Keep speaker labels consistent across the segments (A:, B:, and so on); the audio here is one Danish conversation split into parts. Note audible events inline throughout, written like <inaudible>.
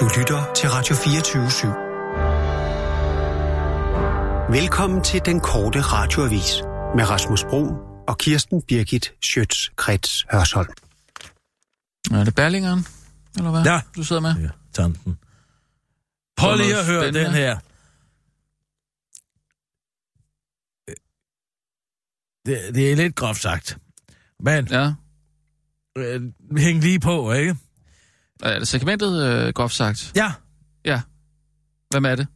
A: Du lytter til Radio 24 /7. Velkommen til den korte radioavis med Rasmus Bro og Kirsten Birgit Schøtz-Krets Hørsholm.
B: Er det Berlingeren, eller hvad?
C: Ja.
B: Du sidder med?
C: Ja, tanten. Prøv lige at høre
B: Spændende.
C: den her. Det, det er lidt groft sagt. Men
B: Ja.
C: øh, hæng lige på, ikke?
B: Er det segmentet, øh, groft sagt?
C: Ja,
B: Hvem er det?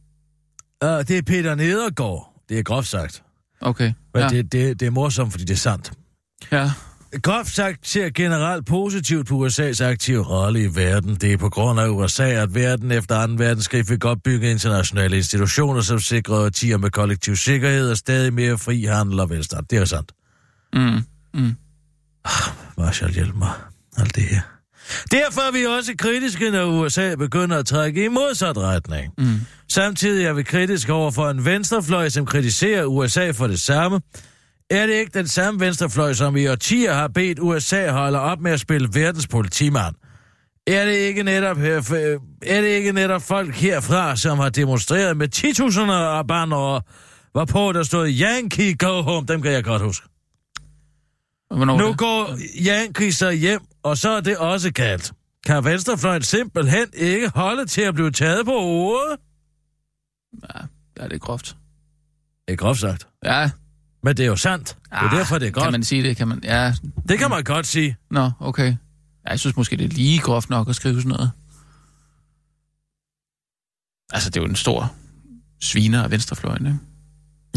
C: øh, det er Peter Nedergaard. Det er groft sagt.
B: Okay. ja.
C: Men ja. det, det, det er morsomt, fordi det er sandt.
B: ja.
C: Groft sagt ser generelt positivt på USA's aktive rolle i verden. Det er på grund af USA, at verden efter 2. verdenskrig fik opbygget internationale institutioner, som sikrede årtier med kollektiv sikkerhed og stadig mere fri handel og velstand. Det er sandt.
B: Mm. Mm.
C: Marshall, hjælp mig. Alt det her. Derfor er vi også kritiske, når USA begynder at trække i modsat retning.
B: Mm.
C: Samtidig er vi kritiske over for en venstrefløj, som kritiserer USA for det samme. Er det ikke den samme venstrefløj, som i årtier har bedt USA holde op med at spille verdens politimand? Er det ikke netop, her, er det ikke netop folk herfra, som har demonstreret med 10.000 af banner, hvorpå der stod Yankee go home? Dem kan jeg godt huske.
B: Hvornår var
C: Nu
B: det?
C: går Yankee sig hjem, og så er det også galt. Kan venstrefløjen simpelthen ikke holde til at blive taget på ordet?
B: Ja, det er groft.
C: Det er groft sagt.
B: Ja.
C: Men det er jo sandt. Det er
B: Ah,
C: derfor, det er godt.
B: Kan man sige det? Kan man... Ja.
C: Det kan man godt sige.
B: Nå, okay. Ja, jeg synes måske, det er lige groft nok at skrive sådan noget. Altså, det er jo en stor sviner af venstrefløjen, ikke?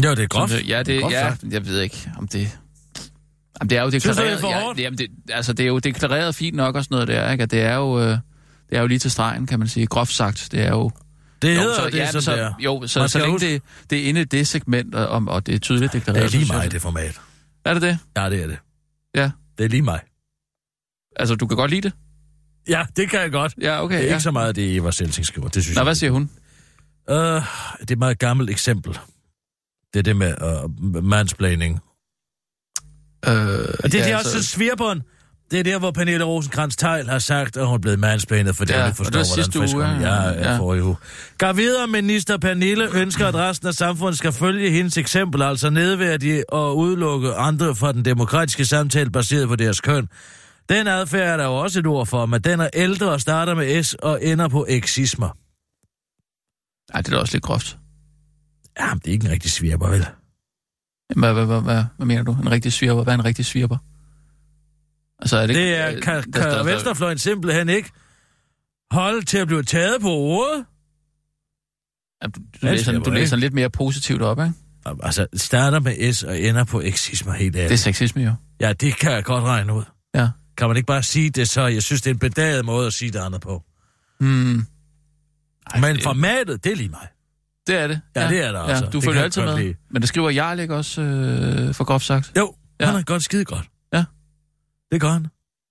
C: Jo, det er groft.
B: Sådan, øh, ja, det,
C: Groft
B: ja,
C: sagt.
B: jeg ved ikke, om det... Jamen, det er jo
C: Synes du, det er
B: deklareret...
C: for hårdt?
B: ja, jamen, det, altså, det er jo deklareret fint nok og sådan noget der, ikke? At det er jo... Øh, det er jo lige til stregen, kan man sige. Groft sagt, det er jo...
C: Det hedder
B: jo, så,
C: det,
B: ja,
C: ja, som
B: så,
C: så, det er.
B: Jo, så, så
C: Man skal
B: længe
C: huske-
B: det, det er inde i det segment, og, om- og det er tydeligt
C: Det
B: deklareret...
C: er lige
B: så synes
C: mig,
B: jeg-
C: det format.
B: Er det det?
C: Ja, det er det.
B: Ja.
C: Det er lige mig.
B: Altså, du kan godt lide det?
C: Ja, det kan jeg godt.
B: Ja, okay.
C: Det er
B: ja.
C: ikke så meget, det Eva Selsing skriver. Det synes
B: Nå,
C: jeg.
B: hvad siger hun?
C: Øh, det er et meget gammelt eksempel. Det er det med uh, mansplaining.
B: Øh,
C: Og det er ja, det
B: altså-
C: også altså... svirbånd. Det er der, hvor Pernille rosenkrantz teil har sagt, at hun er blevet mansplanet, fordi
B: Ja,
C: ja, hun
B: og
C: ikke
B: det var
C: forstår,
B: sidste
C: hvordan frisk
B: uge,
C: hun
B: ja,
C: er ja,
B: ja.
C: ja. forrige uge. Gav videre, minister Pernille ønsker, at resten af samfundet skal følge hendes eksempel, altså nedværdige og udelukke andre fra den demokratiske samtale baseret på deres køn. Den adfærd er der jo også et ord for, men den er ældre og starter med S og ender på eksismer.
B: Ej, det er da også lidt groft.
C: Jamen, det er ikke en rigtig svirper, vel?
B: Hvad, hvad, hvad, hvad, hvad mener du? En rigtig svirper? Hvad er en rigtig svirper? Altså, er det,
C: Det
B: øh,
C: er, kan,
B: der- der-
C: kan Venstrefløjen simpelthen ikke holde til at blive taget på ordet?
B: Ja, Du, du, læser,
C: svirper,
B: du læser lidt mere positivt op, ikke?
C: Altså, starter med S og ender på eksismer helt
B: Det er
C: ærligt.
B: sexisme jo.
C: Ja, det kan jeg godt regne ud.
B: Ja.
C: Kan man ikke bare sige det så? Jeg synes, det er en bedaget måde at sige det andet på.
B: Hmm. Ej,
C: Men
B: det-
C: formatet, det er lige mig.
B: Det er det.
C: Ja, det er der altså.
B: Du
C: Det
B: følger
C: kan
B: altid
C: jeg
B: med.
C: godt lide.
B: Men det skriver Jarl ikke også, øh, for groft sagt?
C: Jo,
B: Ja.
C: ja. han er godt skide godt.
B: Ja.
C: Det gør han.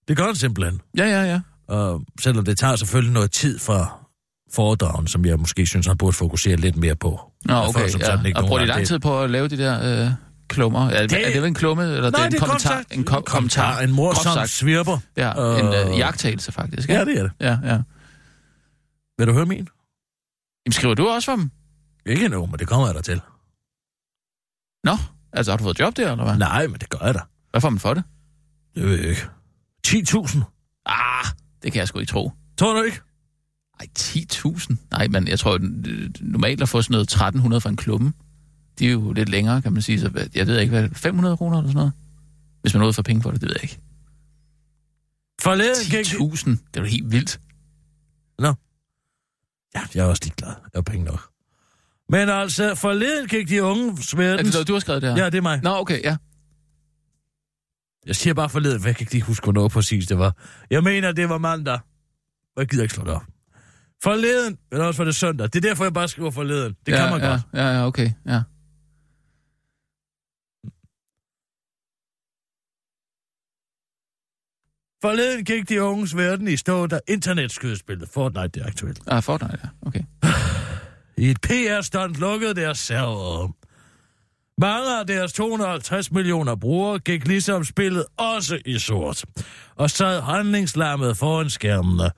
C: Det gør han simpelthen.
B: Ja, ja, ja.
C: Og selvom det tager selvfølgelig noget tid fra foredragen, som jeg måske synes, han burde fokusere lidt mere på.
B: Nå,
C: Jeg får
B: okay.
C: som sådan
B: ja.
C: ikke
B: Og
C: nogen
B: bruger de
C: ret.
B: lang
C: Det-
B: tid på at lave de der øh, klummer? Er det,
C: Det-
B: er det vel en klumme? Eller
C: Nej,
B: det er en
C: det er
B: kommentar?
C: groft sagt.
B: En kom- kommentar.
C: En
B: Groft
C: morsom
B: sagt.
C: svirper.
B: Ja, en øh,
C: Øh.
B: jagttagelse faktisk.
C: Ja,
B: Ja.
C: det er det.
B: ja, ja.
C: Vil du høre min?
B: Jamen, skriver du også for dem?
C: Ikke endnu, men det kommer jeg da til.
B: Nå, altså har du fået job der, eller hvad?
C: Nej, men det gør jeg da.
B: Hvad får man for det?
C: Det ved jeg ikke. 10.000.
B: Ah, det kan jeg sgu ikke tro.
C: Tror du ikke?
B: Ej, 10.000? Nej, men jeg tror, øh, normalt at få sådan noget 1.300 for en klumme, det er jo lidt længere, kan man sige. Så hvad- jeg ved ikke, hvad 500 kroner eller sådan noget? Hvis man er ude for penge for det, det ved jeg ikke.
C: Forleden gik...
B: 10.000, det er jo helt vildt.
C: Ja, jeg er også ligeglad. Jeg har penge nok. Men altså, forleden gik de unge
B: Er
C: verden...
B: det noget, du har skrevet der?
C: Ja, det er mig.
B: Nå, okay, ja.
C: Jeg siger bare forleden, for jeg kan ikke lige huske, hvornår præcis det var. Jeg mener, det var mandag. Og Jeg gider ikke slå det op. Forleden, eller også var det søndag. Det er derfor, jeg bare skriver forleden. Det
B: ja,
C: kan man
B: ja,
C: godt.
B: Ja, ja, okay, ja.
C: Forleden gik de unges verden i stå, da internetskydespillet Fortnite det er aktuelt.
B: Ah, Fortnite, ja, okay.
C: I et PR-stand lukkede deres server. Mange af deres 250 millioner brugere gik ligesom spillet også i sort, og sad handlingslammet foran skærmene.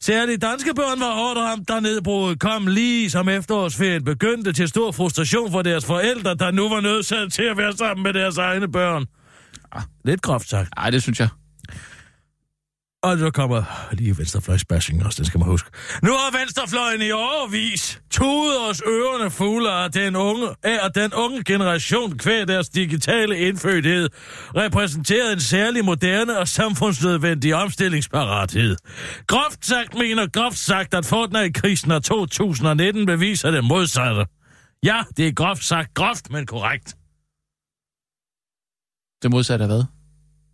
C: Særligt danske børn var hårdt ramt, da nedbruddet kom lige som efterårsferien begyndte til stor frustration for deres forældre, der nu var nødsaget til at være sammen med deres egne børn. Lidt groft sagt.
B: Nej, det synes jeg.
C: Og så kommer lige venstrefløjsbashing også, den skal man huske. Nu har venstrefløjen i overvis tudet os ørerne fulde af den unge, af at den unge generation kvæg deres digitale indfødthed repræsenterede en særlig moderne og samfundsnødvendig omstillingsparathed. Groft sagt mener groft sagt, at Fortnite-krisen af 2019 beviser det modsatte. Ja, det er groft sagt groft, men korrekt.
B: Det modsatte af hvad?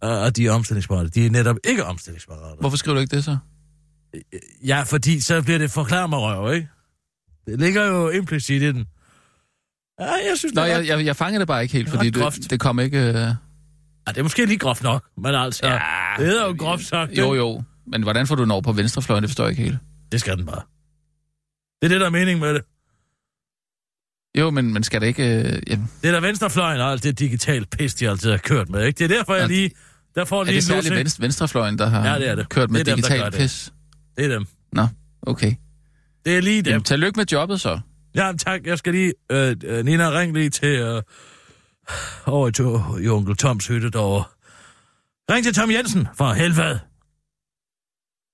C: Og de er omstillingsparate. De er netop ikke omstillingsparate.
B: Hvorfor skriver du ikke det så?
C: Ja, fordi så bliver det forklar mig røv, ikke? Det ligger jo implicit i den. Ja, jeg synes,
B: Nå,
C: det, er
B: jeg,
C: ret-
B: jeg, jeg fanger det bare ikke helt,
C: Det er
B: fordi
C: ret groft.
B: det, det kom ikke... Øh...
C: ja, det er måske lige groft nok, men altså... Ja, det hedder jo groft sagt.
B: ah. Jo,
C: ikke?
B: jo. Men hvordan får du den over på venstrefløjen, det forstår jeg ikke helt.
C: Det skal den bare. Det er det, der er mening med det.
B: Jo, men man skal da ikke... Øh... Jamen,
C: Det er der venstrefløjen og alt det digitalt pis, de altid har kørt med, ikke? Det er derfor, jeg
B: Ja,
C: lige... Der får
B: er
C: lige
B: det
C: en
B: særligt
C: lussing.
B: venstre, venstrefløjen, der har
C: Ja, det er det.
B: kørt med
C: Det er dem, der gør
B: digital
C: det.
B: pis?
C: Det er dem.
B: Nå, okay.
C: Det er lige dem.
B: Jamen, tag lykke med jobbet så.
C: Ja, tak. Jeg skal lige... Øh, øh, Nina, ring lige til... Øh, over i, to, i onkel Toms hytte derovre. Ring til Tom Jensen, for helvede.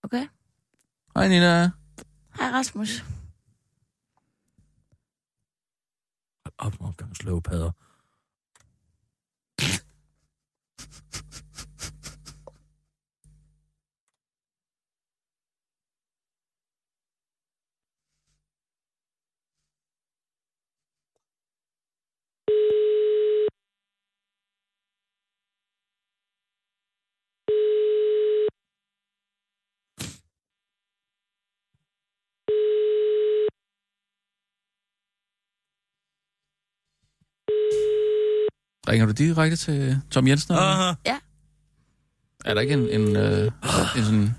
D: Okay.
B: Hej Nina.
D: Hej Rasmus.
C: Hold op med omgangsløvepadder.
B: Ringer du direkte til Tom Jensen? eller hvad?
C: Aha.
B: Er der ikke en, en, øh, en sådan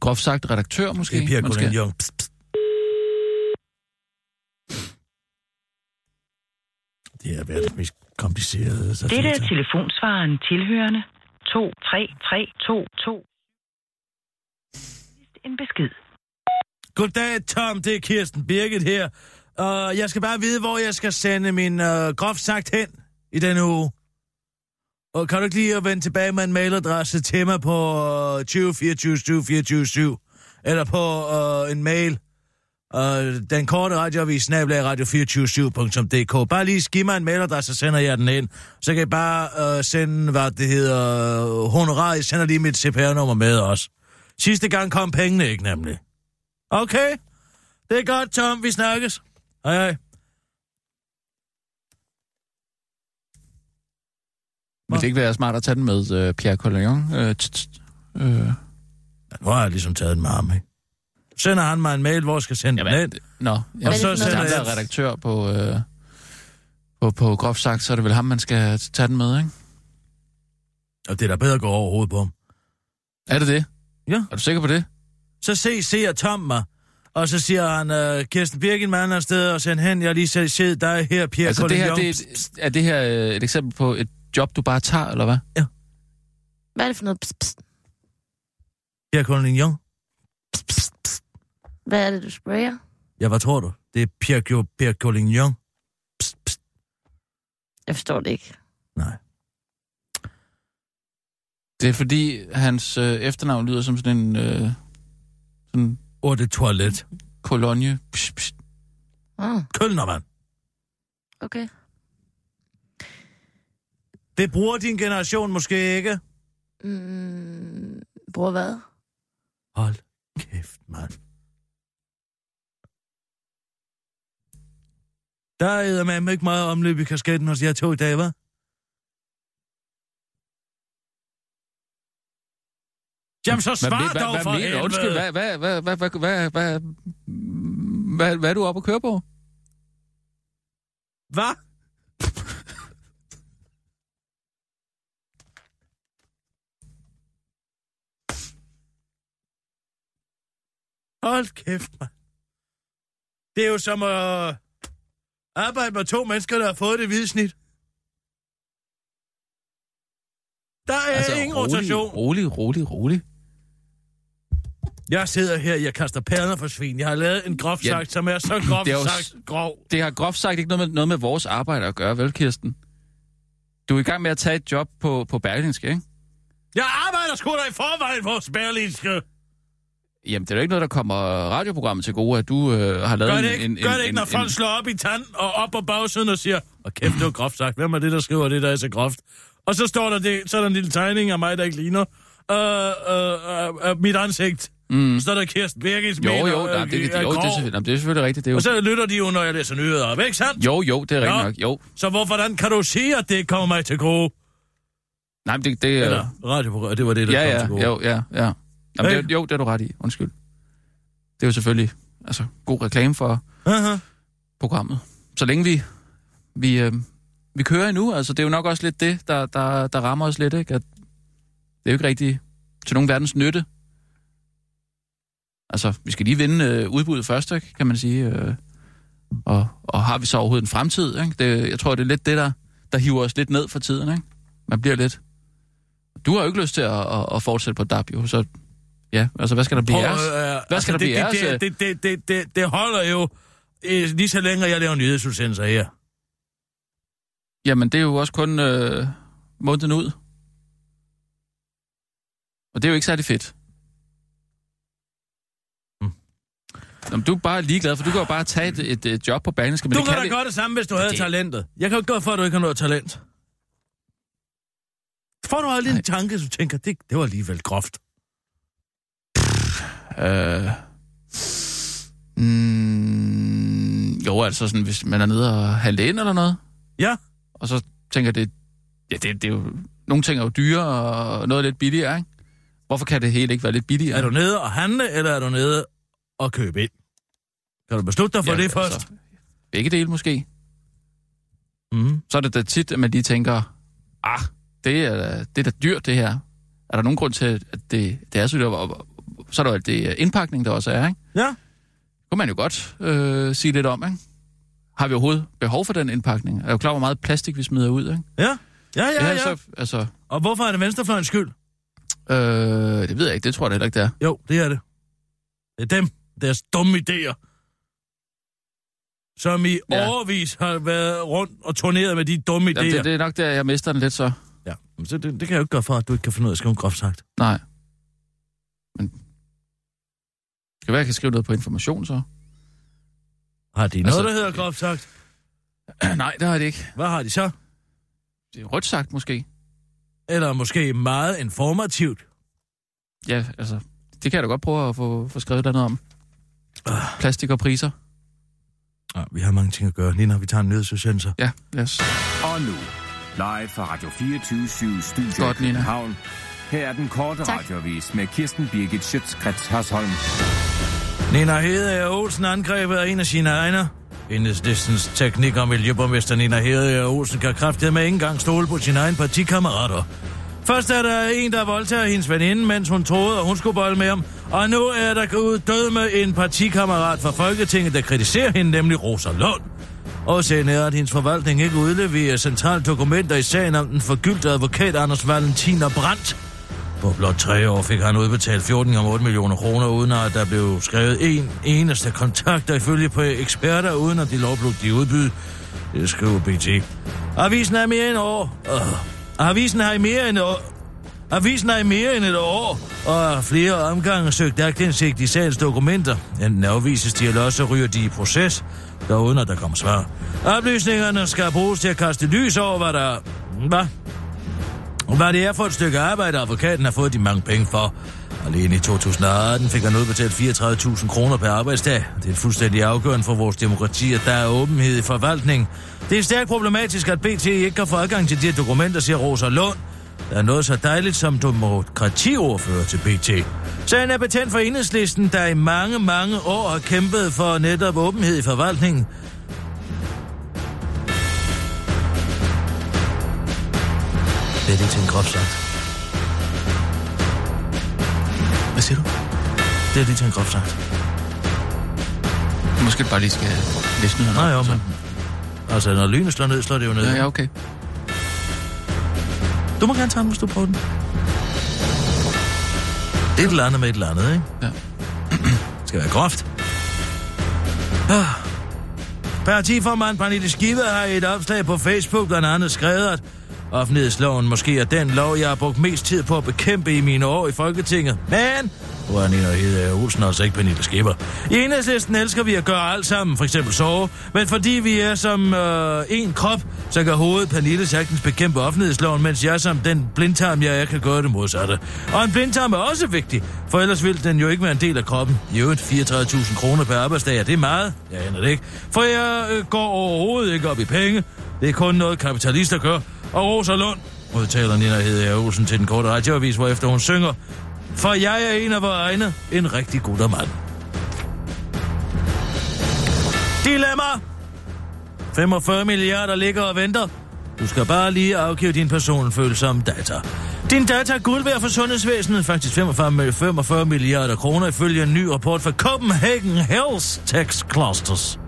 B: groft sagt redaktør måske?
C: Det er Pia
B: man skal-
C: Colin Jung. Pst, pst. Det er verdens mest komplicerede
E: Dette er
C: satellitter.
E: telefonsvaren tilhørende 233222. En besked.
C: Goddag, Tom. Det er Kirsten Birgit her. Uh, jeg skal bare vide, hvor jeg skal sende min uh, groft sagt hen i denne uge. Og kan du ikke lige at vende tilbage med en mailadresse til mig på uh, 2424727? Eller på uh, en mail. Uh, den korte radioavis, snablag radio247.dk. Bare lige giv mig en mailadresse, så sender jeg den ind. Så kan jeg bare uh, sende, hvad det hedder, uh, honorar. Jeg sender lige mit CPR-nummer med også. Sidste gang kom pengene ikke nemlig. Okay. Det er godt, Tom. Vi snakkes. Hej, hej.
B: Vil det ikke være smart at tage den med øh, Pierre Collignon? Øh, t- t- øh,
C: Ja, Nu har jeg ligesom taget den med ham, ikke? Sender han mig en mail, hvor jeg skal sende den
B: jamen,
C: ind?
B: d- nå. Jamen,
D: det
B: så
D: for noget?
B: er der redaktør på, øh, på, på groft sagt, så er det vel ham, man skal tage den med, ikke?
C: Og det er da bedre at gå over hovedet på ham.
B: Er det det?
C: Ja.
B: Er du sikker på det?
C: Så se, ser Tom mig. Og så siger han, øh, Kirsten Birgit med andet sted og send hen, jeg har lige selv set dig her, Pierre
B: altså, det her,
C: Collignon.
B: det er, et, er det her øh, et eksempel på et job, du bare tager, eller hvad?
D: Hvad er det for noget? Pst, pst,
C: Pierre Collignon.
D: pst, pst, pst. Hvad er det, du sprayer?
C: Ja, hvad tror du? Det er Pierre, Jo- Pierre Collignon. Pst, pst.
D: Jeg forstår det ikke.
C: Nej.
B: Det er fordi, hans øh, efternavn lyder som sådan en øh, sådan
C: Ord det toilet.
B: kolonje. Psh, psh.
D: Ah,
C: Kølner, mand.
D: okay.
C: Det bruger din generation måske ikke.
D: Mm, bruger hvad?
C: Hold kæft, mand. Der er man ikke meget omløb i kasketten hos jer to i dag, hva'? Jamen, så
B: Hvad-
C: svar
B: hvad-
C: dog
B: hvad
C: for
B: mener du?
C: helvede.
B: Undskyld, hvad, hvad, hvad, hvad, hvad, hvad, hvad, hvad, hvad er du oppe at køre på?
C: Hvad? Hold kæft, mand. Det er jo som at arbejde med to mennesker, der har fået det hvide snit. Der er altså, ingen rotation.
B: Rolig, rolig, rolig.
C: Jeg sidder her, jeg kaster perler for svin. Jeg har lavet en groft
B: Ja.
C: sagt, som er så groft
B: Det er jo s-
C: sagt grov.
B: Det har groft sagt ikke noget med, noget med vores arbejde at gøre, vel, Kirsten? Du er i gang med at tage et job på, på Berlingske, ikke?
C: Jeg arbejder sgu da i forvejen for Berlinske.
B: Jamen, det er jo ikke noget, der kommer radioprogrammet til gode, at du øh, har lavet
C: Gør det ikke,
B: en, en,
C: gør det
B: en,
C: ikke
B: en,
C: når folk slår op i tanden og op på bagsiden og siger, og kæft, det var groft sagt. Hvem er det, der skriver det, der er så groft? Og så står der, det, så er der en lille tegning af mig, der ikke ligner. Øh, øh, øh, øh, mit ansigt. Mm. Så er der Kirsten Birgit.
B: Jo,
C: mener,
B: jo, nej,
C: øh,
B: det, det,
C: er
B: jo, det, er
C: grov.
B: selvfølgelig- jamen, det er selvfølgelig rigtigt. Det er
C: Og
B: jo,
C: så lytter de jo, når jeg læser nyheder op, ikke sandt?
B: jo, jo, det er rigtigt
C: Nå.
B: nok. Jo.
C: Så hvor, hvordan kan du sige, at det ikke kommer mig til gode?
B: Nej, men det, det er...
C: Eller radioprogram, det var det, der
B: Ja,
C: kom
B: ja,
C: til gode.
B: jo, ja, ja. Jamen,
C: Ikke?
B: det, er- jo, det er du ret i. Undskyld. Det er jo selvfølgelig altså, god reklame for
C: Aha.
B: programmet. Så længe vi, vi, øh, vi kører endnu, altså det er jo nok også lidt det, der, der, der rammer os lidt, ikke? At det er jo ikke rigtig til nogen verdens nytte. Altså, vi skal lige vinde øh, udbuddet først, ikke? kan man sige. Øh, og, og har vi så overhovedet en fremtid? Ikke? Det, jeg tror, det er lidt det, der, der hiver os lidt ned for tiden. Ikke? Man bliver lidt... Du har jo ikke lyst til at, at, at fortsætte på DAB, jo, så... Ja, altså, hvad skal der blive
C: Prøv,
B: af os?
C: øh,
B: Hvad skal der blive af os?
C: det, det, det, det, det, det, det holder jo øh, lige så længe, jeg laver nyhedsudsendelser her.
B: Jamen, det er jo også kun øh, måneden ud. Og det er jo ikke særlig fedt.
C: Mm.
B: Jamen, du er bare ligeglad, for du kan jo bare tage et, et, et job på Berlingske. Men
C: du
B: det
C: kan
B: kan
C: da
B: vi...
C: gøre det samme, hvis du havde
B: det-
C: talentet. Jeg kan jo ikke gøre for, at du ikke har noget talent. Får du aldrig
B: Nej.
C: en tanke, så du tænker, det, det var alligevel groft.
B: Øh... Mm, jo, altså sådan, hvis man er nede og handle ind eller noget,
C: Ja,
B: og så tænker det, ja, det, det er jo, nogle ting er jo dyre, og noget er lidt billigere, ikke? Hvorfor kan det hele ikke være lidt billigere?
C: er du nede og handle, eller er du nede og købe ind? Kan du beslutte dig for det først?
B: Altså, begge dele måske.
C: Mm.
B: så er det da tit, at man lige tænker, ah, det er, da- det er da dyrt, det her. Er der nogen grund til, at det, det er så dyrt? Og- og- Så er der jo alt det øh, indpakning, der også er, ikke?
C: Ja.
B: Det kunne man jo godt øh, sige lidt om, ikke? Har vi overhovedet behov for den indpakning? Er du klar, hvor meget plastik vi smider ud, ikke?
C: Ja, ja, ja. ja,
B: Så, altså,
C: Og hvorfor er det venstrefløjens skyld?
B: øh, det ved jeg ikke, det tror jeg da heller ikke, det er.
C: Jo, det er det. Det er dem, deres dumme idéer, som i ja.
B: Ja.
C: overvis har været rundt og turneret med de dumme idéer.
B: Jamen, det, det er nok der, jeg mister den lidt så.
C: Ja. Men Så det, det kan jeg jo ikke gøre for, at du ikke kan finde ud af at skrive groft sagt.
B: Nej. Men... Det kan være, jeg kan skrive noget på information, så. <clears throat>
C: Har de noget,
B: Altså-
C: altså, der hedder groft sagt?
B: Nej, det har det ikke.
C: Hvad har de så?
B: Det er rødt sagt, måske.
C: Eller måske meget informativt.
B: Ja, altså, det kan jeg da godt prøve at få, få skrevet noget om. Plastik og priser.
C: Ja, vi har mange ting at gøre, lige når vi tager en nyhedsudsendelse.
B: Ja, lad os.
F: Og nu, live fra Radio 24 Studio
B: Godt,
F: Godt, i
B: Nina.
F: København. Her er den korte tak. radiovis med Kirsten Birgit Schøtzgrads Hasholm.
C: Nina Hedegaard Olsen angrebet af en af sine egne. Enhedslistens teknik- og miljøborgmester Nina Hedegaard Olsen kan kraftigt med ikke engang stole på sine egne partikammerater. Først er der en, der voldtager hendes veninde, mens hun troede, at hun skulle bolle med ham. Og nu er der gået død med en partikammerat fra Folketinget, der kritiserer hende, nemlig Rosa Lund. Årsagen er, at hendes forvaltning ikke udleverer centrale dokumenter i sagen om den forgyldte advokat Anders Valentiner Brandt. På blot tre år fik han udbetalt 14,8 millioner kroner, uden at der blev skrevet en eneste kontakt, der ifølge på eksperter, uden at de lovpligtige udbyd. Det skriver BT. Avisen er mere end år. Øh. Avisen har i mere end år. Avisen har i mere end et år, og har flere omgange søgt aktindsigt i sagens dokumenter. Enten afvises de, eller også ryger de i proces, der uden at der kommer svar. Oplysningerne skal bruges til at kaste lys over, hvad der... Hvad? Hvad det er for et stykke arbejde, advokaten har fået de mange penge for. Alene i 2018 fik han udbetalt 34.000 kroner per arbejdsdag. Det er fuldstændig afgørende for vores demokrati, at der er åbenhed i forvaltning. Det er stærkt problematisk, at BT ikke kan få adgang til de her dokumenter, siger Rosa Lund. Der er noget så dejligt som demokratiordfører til BT. Sagen er betændt for enhedslisten, der i mange, mange år har kæmpet for netop åbenhed i forvaltningen. Det er det til en groft sagt. Hvad siger du? Det er det til en groft sagt.
B: Måske du bare lige skal læse nyhederne.
C: Nej, jo,
B: op, så.
C: men... Altså, når lynet slår ned, slår det jo ned.
B: Ja, ja, okay.
C: Du må gerne tage den, hvis du prøver den. Det er et eller andet med et eller andet, ikke?
B: Ja.
C: skal være groft. Ah. Partiformand Pernille Skive har i et opslag på Facebook blandt andet skrevet, at offentlighedsloven måske er den lov, jeg har brugt mest tid på at bekæmpe i mine år i Folketinget. Men nu er Nina Hede Olsen altså ikke Pernille Skipper. I enhedslisten elsker vi at gøre alt sammen, for eksempel sove. Men fordi vi er som øh, en krop, så kan hovedet Pernille sagtens bekæmpe offentlighedsloven, mens jeg som den blindtarm, jeg er, kan gøre det modsatte. Og en blindtarm er også vigtig, for ellers ville den jo ikke være en del af kroppen. I øvrigt 34.000 kroner per arbejdsdag, er det meget? Jeg aner det ikke. For jeg øh, går overhovedet ikke op i penge. Det er kun noget, kapitalister gør. Og Rosa Lund, udtaler Nina Hede Olsen til den korte radioavis, hvorefter hun synger, for jeg er en af vores egne, en rigtig god mand. Dilemma! 45 milliarder ligger og venter. Du skal bare lige afgive din personfølsomme data. Din data er guld værd for sundhedsvæsenet, faktisk 45, mil- 45 milliarder kroner ifølge en ny rapport fra Copenhagen Health Tax Clusters.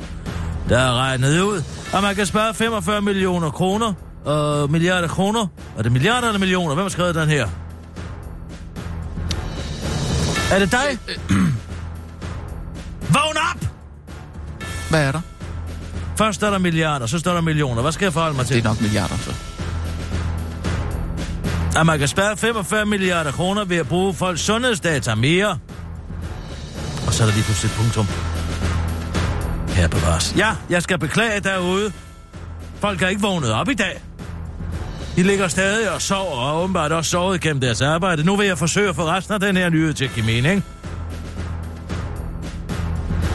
C: Der er regnet ud, at man kan spare 45 millioner kroner, øh, milliarder kroner. Er det milliarder eller millioner? Hvem har skrevet den her? Er det dig? Vågn op!
B: Hvad er der?
C: Først står der milliarder, så står der millioner. Hvad skal jeg forholde mig
B: Det er
C: til?
B: nok milliarder, så.
C: At man kan spare 45 milliarder kroner ved at bruge folks sundhedsdata mere. Og så er der lige pludselig et punktum. Her bevares. Ja, jeg skal beklage derude. Folk er ikke vågnet op i dag. De ligger stadig og sover, og åbenbart også sovet gennem deres arbejde. Nu vil jeg forsøge at få resten af den her nyhed til at give mening.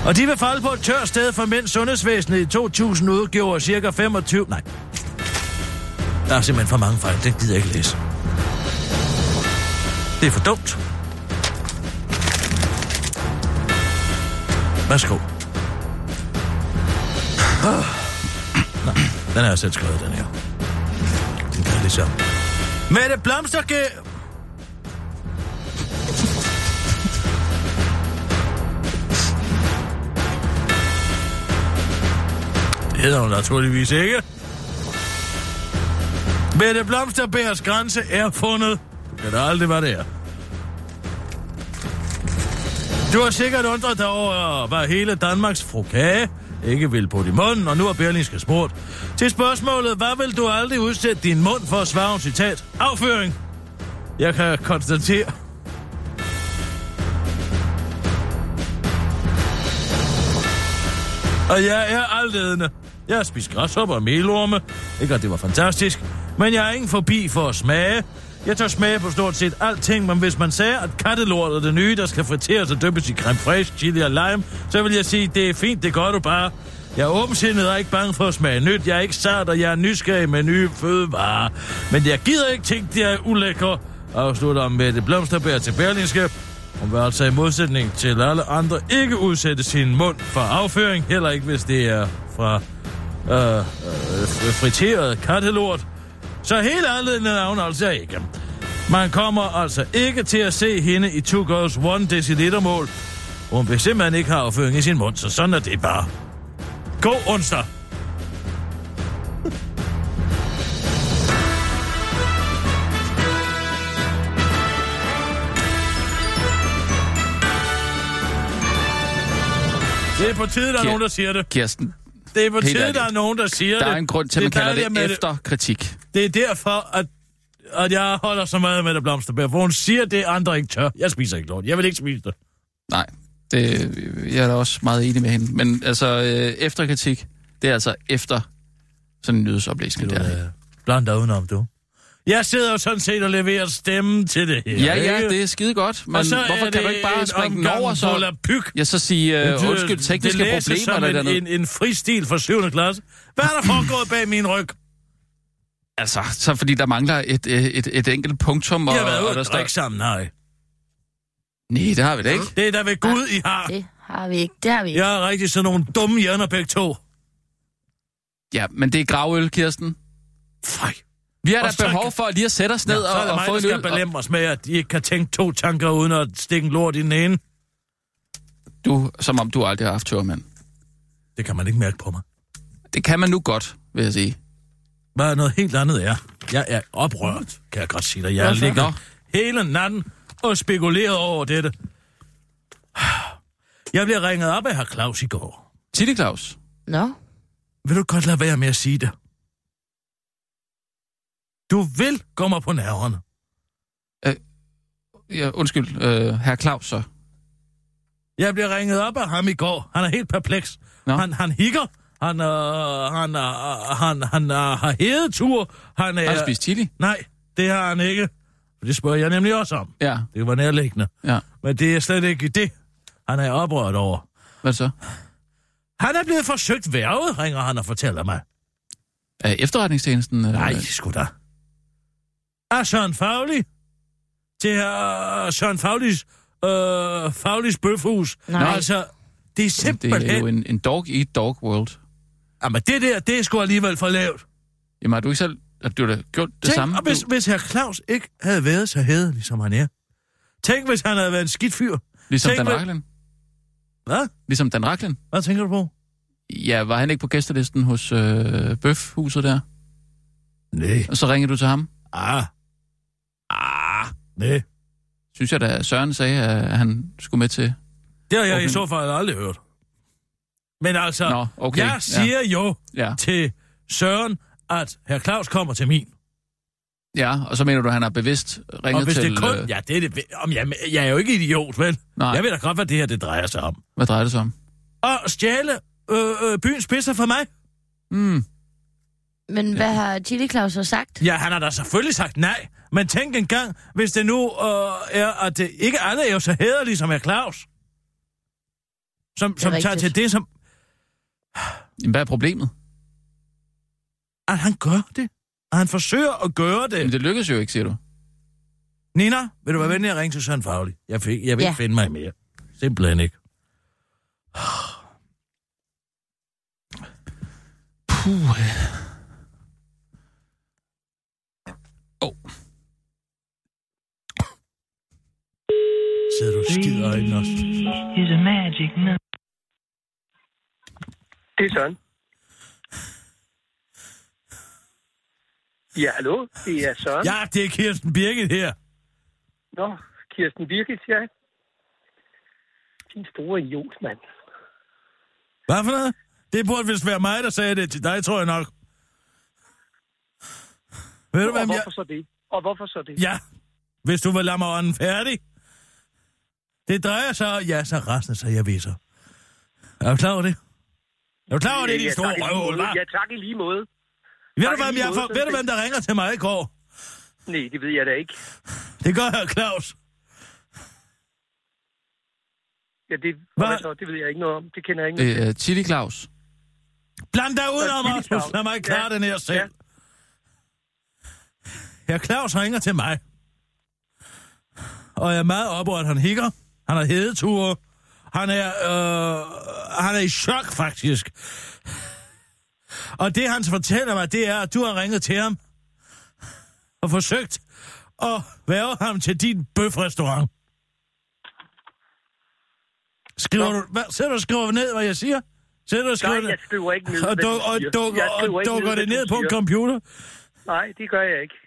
C: Og de vil falde på et tørt sted for mænds sundhedsvæsenet i 2000 udgjorde cirka 25... Nej. Der er simpelthen for mange fejl. Det gider jeg ikke læse. Det er for dumt. Værsgo. Ah. Nå, Den er jeg selv skrevet, den her. Den kan jeg lige sammen. Mette Blomsterge... Det hedder hun naturligvis ikke. Mette Blomsterbærs grænse er fundet. Det kan da aldrig være det er. Du har sikkert undret dig over, hvad hele Danmarks frokage ikke vil på i munden, og nu har Berlingske spurgt. Til spørgsmålet, hvad vil du aldrig udsætte din mund for, svarer hun citat, afføring. Jeg kan konstatere, Og jeg er altædende. Jeg har spist græshopper og melorme. Ikke at det var fantastisk. Men jeg er ingen forbi for at smage. Jeg tør smage på stort set alting, men hvis man sagde, at kattelort er det nye, der skal friteres og dyppes i creme fraiche, chili og lime, så vil jeg sige, det er fint, det gør du bare. Jeg er åbensindet og ikke bange for at smage nyt. Jeg er ikke sart, og jeg er nysgerrig med nye fødevarer. Men jeg gider ikke ting, der er ulækre. Afslutter med det blomsterbær til Berlingske. Hun vil altså i modsætning til alle andre ikke udsætte sin mund for afføring, heller ikke hvis det er fra øh, øh, fr- friteret kattelort. Så helt anledningen er hun altså ikke. Man kommer altså ikke til at se hende i 2 girls 1 deciliter mål. Hun vil simpelthen ikke have afføring i sin mund, så sådan er det bare. God onsdag! Det er på tide, der er
B: Kir-
C: nogen, der siger det.
B: Kirsten,
C: Det er på
B: Helt
C: tide,
B: ærligt.
C: der er nogen, der siger det.
B: der er en grund til, at man
C: Det er
B: kalder
C: dejligt, at
B: det
C: Mette-
B: efterkritik.
C: Det er derfor, at, at jeg holder så meget med det blomsterbær, for hun siger det, andre ikke tør. Jeg spiser ikke lort. Jeg vil ikke spise det.
B: Nej, det, jeg er da også meget enig med hende. Men altså, øh, efterkritik, det er altså efter sådan en nyhedsoplæsning der.
C: øh, bland dig udenom, du. Jeg sidder jo sådan set og leverer stemmen til det her.
B: Ja,
C: ikke?
B: ja, det er skide godt, men hvorfor kan du ikke bare springe den over så?
C: Pyg.
B: Jeg så sige, øh, undskyld, tekniske
C: det læses
B: problemer eller
C: som
B: noget.
C: en, en, en fristil fra 7. klasse. Hvad er der foregået bag min ryg?
B: Altså, så fordi der mangler et, øh, et, et enkelt punktum, og,
C: Jeg har været
B: og
C: ude
B: der
C: og
B: står...
C: drikke sammen, nej.
B: Nej, det har vi da ikke.
C: Det er da ved Gud, I har.
D: Det har vi ikke. Det har vi ikke.
C: Jeg er rigtig sådan nogle dumme hjerner begge to.
B: Ja, men det er gravøl, Kirsten.
C: Fej.
B: Vi har
C: Og
B: da
C: så-
B: behov for lige at sætte os ned
C: så er
B: og,
C: det
B: og
C: mig,
B: få
C: der
B: en
C: skal
B: øl. Og
C: belemme os med, at I ikke kan tænke to tanker uden at stikke en lort i den ene.
B: du, som om du aldrig har haft tørmand.
C: Det kan man ikke mærke på mig.
B: Det kan man nu godt, vil jeg sige.
C: Hvad noget helt andet er. Jeg er oprørt, kan jeg godt sige dig. Jeg
B: Hvorfor?
C: ligger
B: Nå.
C: hele natten og spekulerer over dette. Jeg bliver ringet op af herr Claus i går.
B: Titti Claus.
D: Nå,
C: Vil du godt lade være med at sige det? Du vil gå mig på nerverne.
B: Ja, undskyld, øh, herr Claus så.
C: Jeg bliver ringet op af ham i går. Han er helt perpleks.
B: Nå.
C: Han, han hikker. Han, øh, han, øh, han, han øh, har hedetur. Han,
B: Har du
C: er...
B: spist chili?
C: Nej, det har han ikke. For det spørger jeg nemlig også om.
B: Ja,
C: Det var nærliggende.
B: ja.
C: Men det er slet ikke det, han er oprørt over.
B: Hvad så?
C: Han er blevet forsøgt værvet, ringer han og fortæller mig.
B: Er efterretningstjenesten... Øh,
C: Nej, sgu da. Er Søren Fagli? Det er Søren Faglis, øh, Faglis bøfhus.
D: Nej.
C: Altså, det er
B: Det
C: simpelthen...
B: er jo en, en dog eat dog world.
C: Jamen, Ah, det der, det er sgu alligevel for lavt.
B: Jamen, har du ikke selv... Har du da gjort det
C: Tænk,
B: samme?
C: og hvis,
B: Du-
C: hvis herr Claus ikke havde været så hæderlig, som han er. Tænk, hvis han havde været en skidt fyr.
B: ligesom
C: tænk,
B: Dan
C: hvad-
B: Racklin?
C: Hvad?
B: Ligesom Dan Racklin?
C: Hvad tænker du på?
B: Ja, var han ikke på gæstelisten hos øh, Bøfhuset der?
C: Nej.
B: Og så ringede du til ham?
C: Ah. Ah. Nej.
B: Synes jeg da, Søren sagde, at han skulle med til...
C: Det har jeg okay. i
B: Okay.
C: så fald aldrig hørt. Men altså,
B: Nå, okay.
C: jeg siger ja. jo
B: Ja,
C: til Søren, at herr Claus kommer til min.
B: ja. ja, og så mener du, at han har bevidst ringet
C: og hvis
B: til...
C: det kun...
B: øh,
C: Ja, det er det... Om jeg, jeg er jo ikke idiot, vel?
B: Nej,
C: Jeg ved da godt, hvad det her det drejer sig om.
B: hvad drejer det sig om?
C: Og stjæle øh, øh, byens pisse for mig?
B: Mm.
D: men hvad har Tilly Claus så sagt?
C: Ja, han har da selvfølgelig sagt nej. Men tænk engang, hvis det nu øh, er, at det ikke alle er jo så hæderlige som er Claus. Som, som tager
D: rigtigt.
C: til det, som...
B: Jamen, hvad er problemet?
C: At han gør det. At han forsøger at gøre
B: Jamen,
C: det.
B: det lykkedes jo ikke, siger du.
C: Nina, vil du være venlig at ringe til Søren Fagli? Jeg, fik, jeg vil
D: Ja.
C: ikke finde mig mere. Simpelthen ikke.
B: Puh. Åh, oh,
C: Sidder du og skider øjnene også?
E: Is a magic number.
G: Det er Søren. Ja, hallo. Det er Søren.
C: Ja, det er Kirsten Birgit her.
G: Nå, Kirsten Birgit, ja. Din store idiot, mand.
C: Hvad for noget? Det burde vist være mig, der sagde det til dig, tror jeg nok. Ved du,
G: Og
C: hvem jeg...
G: hvorfor så det? Og hvorfor så det?
C: Ja, hvis du vil lade mig ånden færdig. Det drejer sig om... Ja, så resten så jeg viser. Er du klar over det? Er du klar over det, din
G: ja,
C: store
G: tak i lige
C: røvhul,
G: måde.
C: hva'?
G: Ja, tak i lige måde.
C: Ved
G: tak
C: du,
G: i
C: hvem
G: lige
C: jeg
G: måde,
C: får?
G: sådan
C: Ved du,
G: set.
C: hvem der ringer til mig i går?
G: Nej, det ved jeg da ikke.
C: Det gør jeg, Claus.
G: Ja, det,
C: Hvad?
G: hvad? Hvad så? det ved jeg ikke noget om. Det kender jeg ikke.
C: Øh,
B: det er Chili Claus.
C: Bland dig ud
G: Hvad
C: om,
G: siger de,
C: Rasmus.
G: Claus?
C: Lad mig
G: Ja,
C: klare den her
G: ja.
C: selv. Ja, Claus ringer til mig. Og jeg er meget oprørt. Han hikker. Han har hedeture. Han er, øh, han er i chok, faktisk. Og det, han fortæller mig, det er, at du har ringet til ham og forsøgt at værve ham til din bøfrestaurant. Skriver du, hvad, sidder du og skriver ned, hvad jeg siger? Sidder du og skriver
G: Nej,
C: ned?
G: jeg skriver ikke ned,
C: Og,
G: hvad
C: duk,
G: du
C: og,
G: siger.
C: duk,
G: Jeg
C: og
G: skriver ikke
C: dukker
G: hvad
C: det
G: du
C: ned på en
G: siger.
C: computer?
G: Nej, det gør jeg ikke.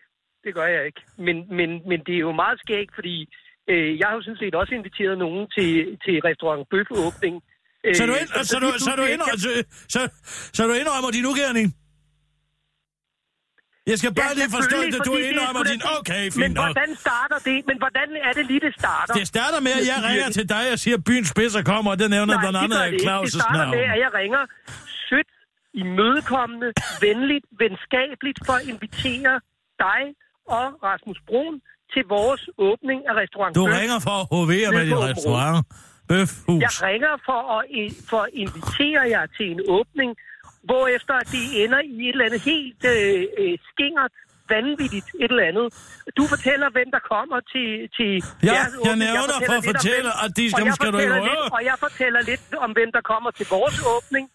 G: Det gør jeg ikke. Men, men, men det er jo meget skægt, fordi øh, jeg har jo sådan set også inviteret nogen til, til restaurant Bøfåbning. Øh,
C: Så du, ind, så, du,
G: lige
C: så, du
G: pludselig
C: indrømmer, så, så, så du indrømmer din ugerning? Jeg skal bare lige forstå,
G: selvfølgelig,
C: at du
G: fordi det er
C: indrømmer
G: sgu da
C: din...
G: sådan-
C: Okay,
G: Men
C: fint nok.
G: hvordan starter det? Men hvordan er det lige, det starter?
C: Det starter med, at jeg
G: Kirsten
C: ringer
G: Birgit.
C: til dig og siger, at byens spidser kommer, og det nævner blandt
G: det
C: andet
G: gør
C: af
G: det ikke. Det
C: Claus'
G: starter
C: navn.
G: med, at jeg ringer sødt, imødekommende, venligt, venskabeligt for at invitere dig og Rasmus Brun til vores åbning af restaurant
C: Du
G: Bøf.
C: ringer for at hovere med
G: Nede
C: dit
G: på Åbro.
C: restaurant.
G: Jeg
C: Bøfhus.
G: ringer for at, i- for at invitere jer til en åbning, hvorefter det ender i et eller andet helt øh, øh, skingert, vanvittigt et eller andet. Du fortæller, hvem der kommer til, til
C: Ja,
G: jeres
C: jeg
G: åbning.
C: nævner for at
G: lidt om
C: fortælle,
G: hvem-
C: og de-
G: og
C: dem
G: jeg
C: skal du ikke
G: fortæller
C: røre.
G: lidt- Og jeg fortæller lidt om, hvem der kommer til vores åbning.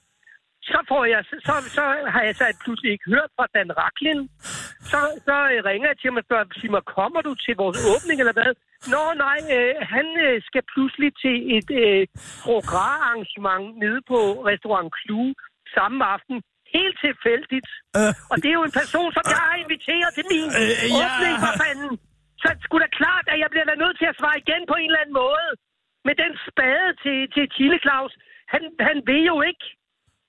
G: Så, får jeg, så, så har jeg så pludselig ikke hørt fra Dan Raklin. Så, så øh, ringer jeg til ham og spørger, sig mig, kommer du til vores åbning eller hvad? Nå nej, øh, han øh, skal pludselig til et øh, arrangement nede på restaurant Clue samme aften. Helt tilfældigt.
C: Øh.
G: Og det er jo en person, som jeg har inviteret til min
C: Øh, ja.
G: åbning for fanden. Så skulle da klart, at jeg bliver da nødt til at svare igen på en eller anden måde. med den spade til, til Chile Claus, han, han vil jo ikke.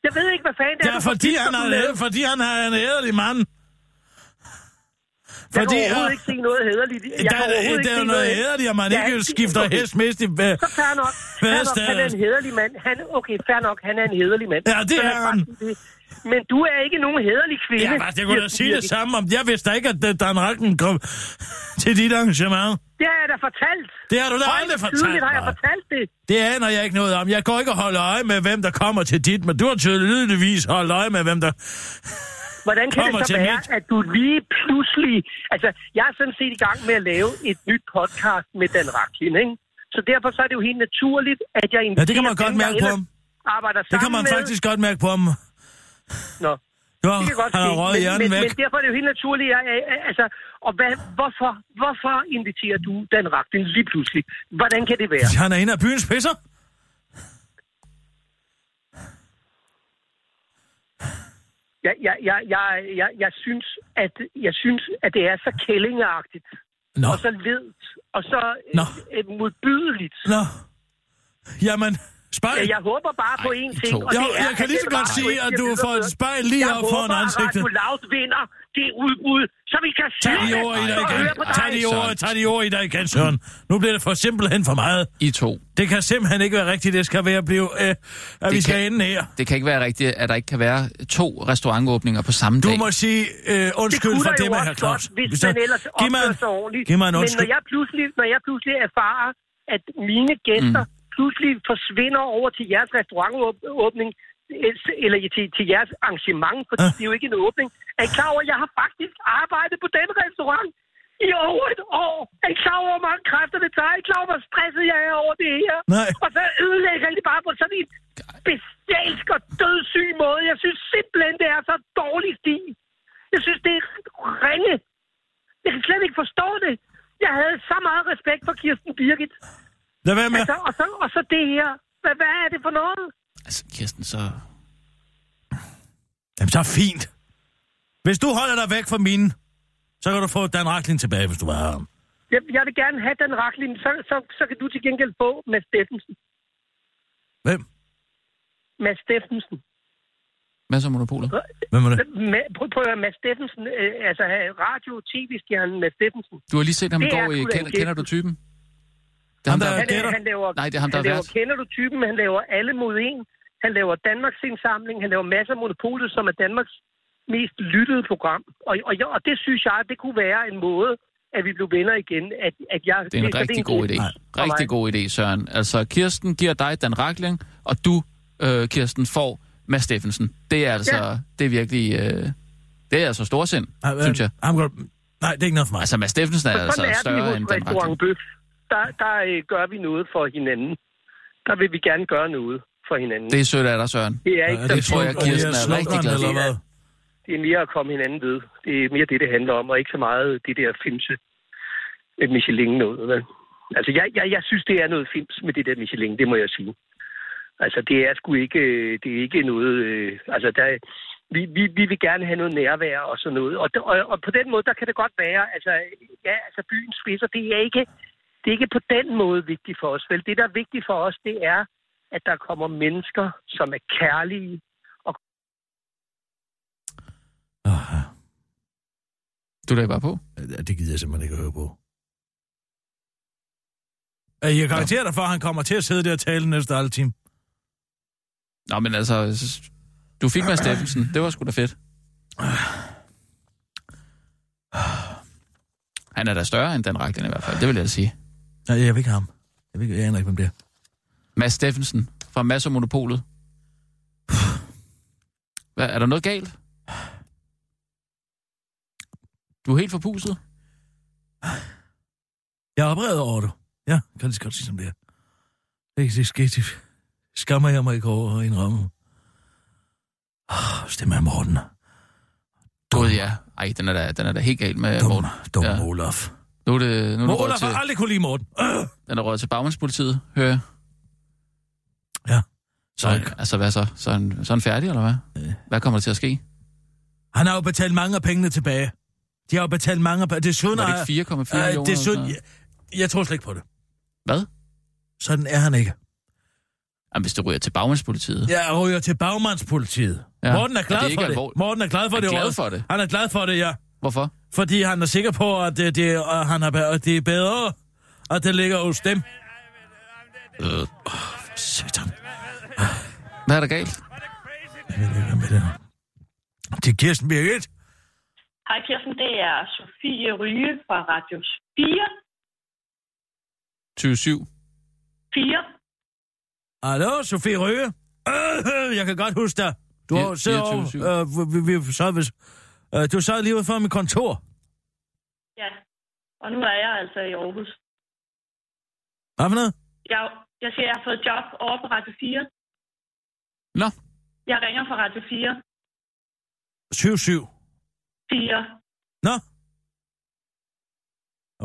G: Jeg ved ikke, hvad fanden det
C: Ja,
G: er.
C: fordi han, er, fordi han er en æderlig mand.
G: Jeg
C: Fordi,
G: kan overhovedet
C: øh,
G: ikke se noget hæderligt. i- Jeg
C: der,
G: kan
C: er-
G: overhovedet
C: der er
G: ikke
C: jo
G: se
C: noget
G: hæderligt.
C: æderligt, at man
G: Ja,
C: ikke
G: han-
C: skifter
G: okay.
C: hest mest i... Øh,
G: <laughs> Så
C: <laughs>
G: fair nok. Fair nok. Han er en
C: Badestaden.
G: hederlig mand. Han, okay, fair nok. Han er en hederlig mand.
C: Ja, det
G: Så lad
C: er
G: os bare
C: han.
G: sige det. Men du er ikke nogen hederlig kvinde.
C: Ja, hvad, jeg kunne da
G: siger
C: sige det
G: Birgit.
C: samme om... Jeg vidste da ikke, at øh, Dan Ragnen kom til dit arrangement.
G: Det har jeg da fortalt.
C: Det har du da aldrig
G: Højst
C: fortalt
G: tydeligt har jeg
C: mig.
G: fortalt det.
C: Det aner jeg ikke noget om. Jeg går ikke og holder øje med, hvem der kommer til dit, men du har tydeligvis holdt øje med, hvem der...
G: Hvordan kan
C: Kommer
G: det så
C: til
G: være,
C: mit.
G: at du lige pludselig... Altså, jeg er sådan set i gang med at lave et nyt podcast med Dan Raklin, ikke? Så derfor så er det jo helt naturligt, at jeg inviterer...
C: Ja, det kan man godt
G: dem, jeg
C: mærke på
G: ellers Arbejder sammen
C: Det kan man
G: med.
C: faktisk godt mærke på ham.
G: Nå.
C: Jo,
G: Det kan godt
C: han har
G: ske,
C: røget
G: men,
C: hjernen
G: men,
C: væk.
G: men derfor er det jo helt naturligt, at, at, at, altså, og hvad, hvorfor, hvorfor inviterer du Dan Ragten lige pludselig? Hvordan kan det være?
C: Han er en af byens pisser.
G: Jeg, jeg, jeg, jeg, jeg, jeg, synes, at, jeg synes, at det er så kællingeagtigt,
C: Nå,
G: og så ledt, og så
C: Nå.
G: no. øh, modbydeligt.
C: nå. Jamen,
G: Ja,
C: spejl.
G: Jeg håber bare på
B: Ej,
G: én
B: de
G: ting,
B: to.
G: og
C: Jo,
G: det er,
C: jeg kan
G: at
C: lige så
G: den
C: godt
G: radio
C: sige,
G: ikke
C: at
G: bliver
C: du får et
G: videreført.
C: spejl lige
G: jeg
C: op foran
G: håber, at
C: ansigtet.
G: Radio Loud vinder det udbud, så vi kan
C: Tag
G: slutte
C: de ord i dig
G: og
C: igen.
G: høre på
C: Tag de
G: dig.
C: ord, tag de ord i dig igen, Søren. Nu bliver det for simpelthen for meget.
B: I to.
C: Det kan simpelthen ikke være rigtigt. Det skal være at blive, øh, at vi
B: Det
C: skal
B: kan-
C: ende her.
B: Det kan ikke være rigtigt, at der ikke kan være to restaurantåbninger på samme
C: Du
B: dag.
C: må sige øh, undskyld
G: kunne
C: for
G: der
C: det
G: jo
C: med
G: også
C: herr Claus.
G: godt, Hvis
C: Så-
G: man ellers
C: giv mig
G: opfører
C: en-
G: sig ordentligt.
C: Giv mig en
G: Men når
C: undskyld.
G: jeg pludselig, når jeg pludselig erfarer, at mine gæster mm. pludselig forsvinder over til jeres restaurantåbning, øh, eller til, til jeres arrangement, fordi det er jo ikke en åbning. Er I klar over, at jeg har faktisk arbejdet på den restaurant i over et år? Er I klar over, hvor mange kræfter det tager? Er I klar over, hvor stresset jeg er over det her?
C: Nej.
G: Og så ødelægger I det bare på sådan en bestialsk og dødssyg måde. Jeg synes simpelthen, det er så dårlig stil. Jeg synes, det er ringe. Jeg kan slet ikke forstå det. Jeg havde så meget respekt for Kirsten Birgit.
C: Lad være med.
G: Altså, og, så, og så det her. Hvad, hvad er det for noget?
B: Altså, Kirsten, så...
G: Altså-
C: Jamen, så fint. Hvis du holder dig væk fra mine, så kan du få Dan Racklin tilbage, hvis du var her.
G: Jeg, jeg vil gerne have den rakling. Så, så, så kan du til gengæld få Mads Steffensen.
C: Hvem?
G: Mads Steffensen.
B: Hvad så monopolet?
C: Hvem er det?
G: Ma- Prøv, prøv at høre, Mads Steffensen. Øh, altså radio- tv-stjernen Mads Steffensen.
B: Du har lige set ham
G: Det er
B: gå i...
G: sgu da en
B: Kender, kender du typen? Det er
C: Ham,
B: ham,
C: der-
B: der...
G: Han, er,
C: Gætter.
G: han laver,
B: Nej, det er ham, der
G: han
B: er
G: laver
B: vært.
G: Kender du typen? Han laver alle mod en. Han laver Danmarks indsamling. Han laver masser af monopolet, som er Danmarks mest lyttede program. Og, og, jeg, og det synes jeg, det kunne være en måde, at vi blev venner igen. At, at jeg,
B: Det er en
G: så
B: rigtig god idé.
G: for mig.
B: Rigtig god idé, Søren. Altså, Kirsten giver dig Dan Rakling, og du, øh, Kirsten, får Mads Steffensen. Det er altså...
G: Ja.
B: Det er virkelig... Øh, det er altså storsind,
C: Ah, hvad-
B: synes jeg.
C: I'm gonna- Nej, det er ikke noget for mig.
B: Altså, Mads Steffensen er
G: Og
B: altså
G: sådan er det
B: større
G: hos
B: end Dan
G: Restaurant
B: Rakling.
G: Bøf. Der, der øh, gør vi noget for hinanden. Der vil vi gerne gøre noget for hinanden.
B: Det er sødt af dig, Søren.
G: det er
C: Ja,
G: ikke
B: det
G: så
B: tror jeg,
C: sjovt, at
B: Kirsten
C: jeg
B: er
C: slår
B: rigtig
C: den,
B: glad
C: eller
B: for.
C: hvad?
G: det er mere at komme hinanden ved. Det er mere det, det handler om, og ikke så meget det der finse øh, Michelin noget. Vel? Altså, jeg, jeg, jeg synes, det er noget fint med det der Michelin, det må jeg sige. Altså, det er sgu ikke, øh, det er ikke noget... Øh, altså, der, vi, vi, vi vil gerne have noget nærvær og sådan noget. Og, og, og på den måde, der kan det godt være, altså, ja, altså byens spidser, det er ikke, det er ikke på den måde vigtigt for os. Vel, det, der er vigtigt for os, det er, at der kommer mennesker, som er kærlige,
C: Åh, ja.
B: Du lagde bare på.
C: Ja, Det gider jeg simpelthen ikke at høre på. Øh, Jeg garanterer dig for, at han kommer til at sidde der og tale næste halve time.
B: Nå, men altså... s- Du fik Mads Steffensen. Det var sgu da fedt. Han er da større end Dan Rakling i hvert fald. Det vil jeg da sige.
C: Nej, jeg vil ikke have ham. Jeg, vil ikke, jeg aner ikke, hvem det er.
B: Mads Steffensen fra Mads og Monopolet. Hvad, er der noget galt? Du er helt forpustet.
C: Jeg er oprevet over det. Ja, kan det så godt sige som det er. Det er sket. Det skammer jeg mig ikke over at indrømme. Oh, stemme af Morten.
B: Gud ja. Ej, den er da, den er da helt galt med
C: Dum,
B: Morten.
C: dum
B: Ja.
C: ja. Olaf.
B: Nu er det, nu er det røget
C: Olaf
B: til,
C: har aldrig kunne lide Morten. Øh,
B: den er røget til bagmandspolitiet, hører jeg. Så,
C: tak.
B: altså hvad så? Så er, han, så er han færdig, eller hvad? Hvad kommer der til at ske?
C: Han har jo betalt mange af pengene tilbage. De har jo betalt mange af pengene. Desuden
B: Var
C: har-
B: det ikke 4,4 millioner?
C: Øh, desuden,
B: eller sådan
C: jeg, jeg tror slet ikke på det.
B: noget? Hvad?
C: Sådan er han ikke.
B: Jamen, hvis det ryger til bagmandspolitiet.
C: Jeg ryger til bagmandspolitiet. Ja.
B: Ja.
C: Morten er glad
B: Er det
C: er
B: ikke
C: for det.
B: alvorligt?
C: Morten er glad for
B: Er
C: det.
B: glad
C: Rolf.
B: for det?
C: Han er glad for det, ja.
B: Hvorfor?
C: Fordi han er sikker på, at det, det, og han er, og det er bedre, at det ligger hos dem. Øh. Oh, satan.
B: Hvad er der galt?
C: Jeg ved ikke, hvad det er. Det er Kirsten Birgit.
H: Hej Kirsten, det er Sofie Ryge fra Radio 4.
B: 27.
H: 4.
C: Hallo, Sofie Røge. Øh, jeg kan godt huske dig. Du har jo
B: Fire-
C: siddet over,
B: 24-7.
C: øh, vi, vi, så, hvis, øh, du sad lige ude for mit kontor.
H: Ja. Og nu er jeg altså i Aarhus.
C: Hvad for noget?
H: Jeg, jeg siger, jeg har fået job over på Radio 4.
B: Nå,
H: Jeg ringer fra Radio 4.
C: 7-7.
H: 4.
C: Nå?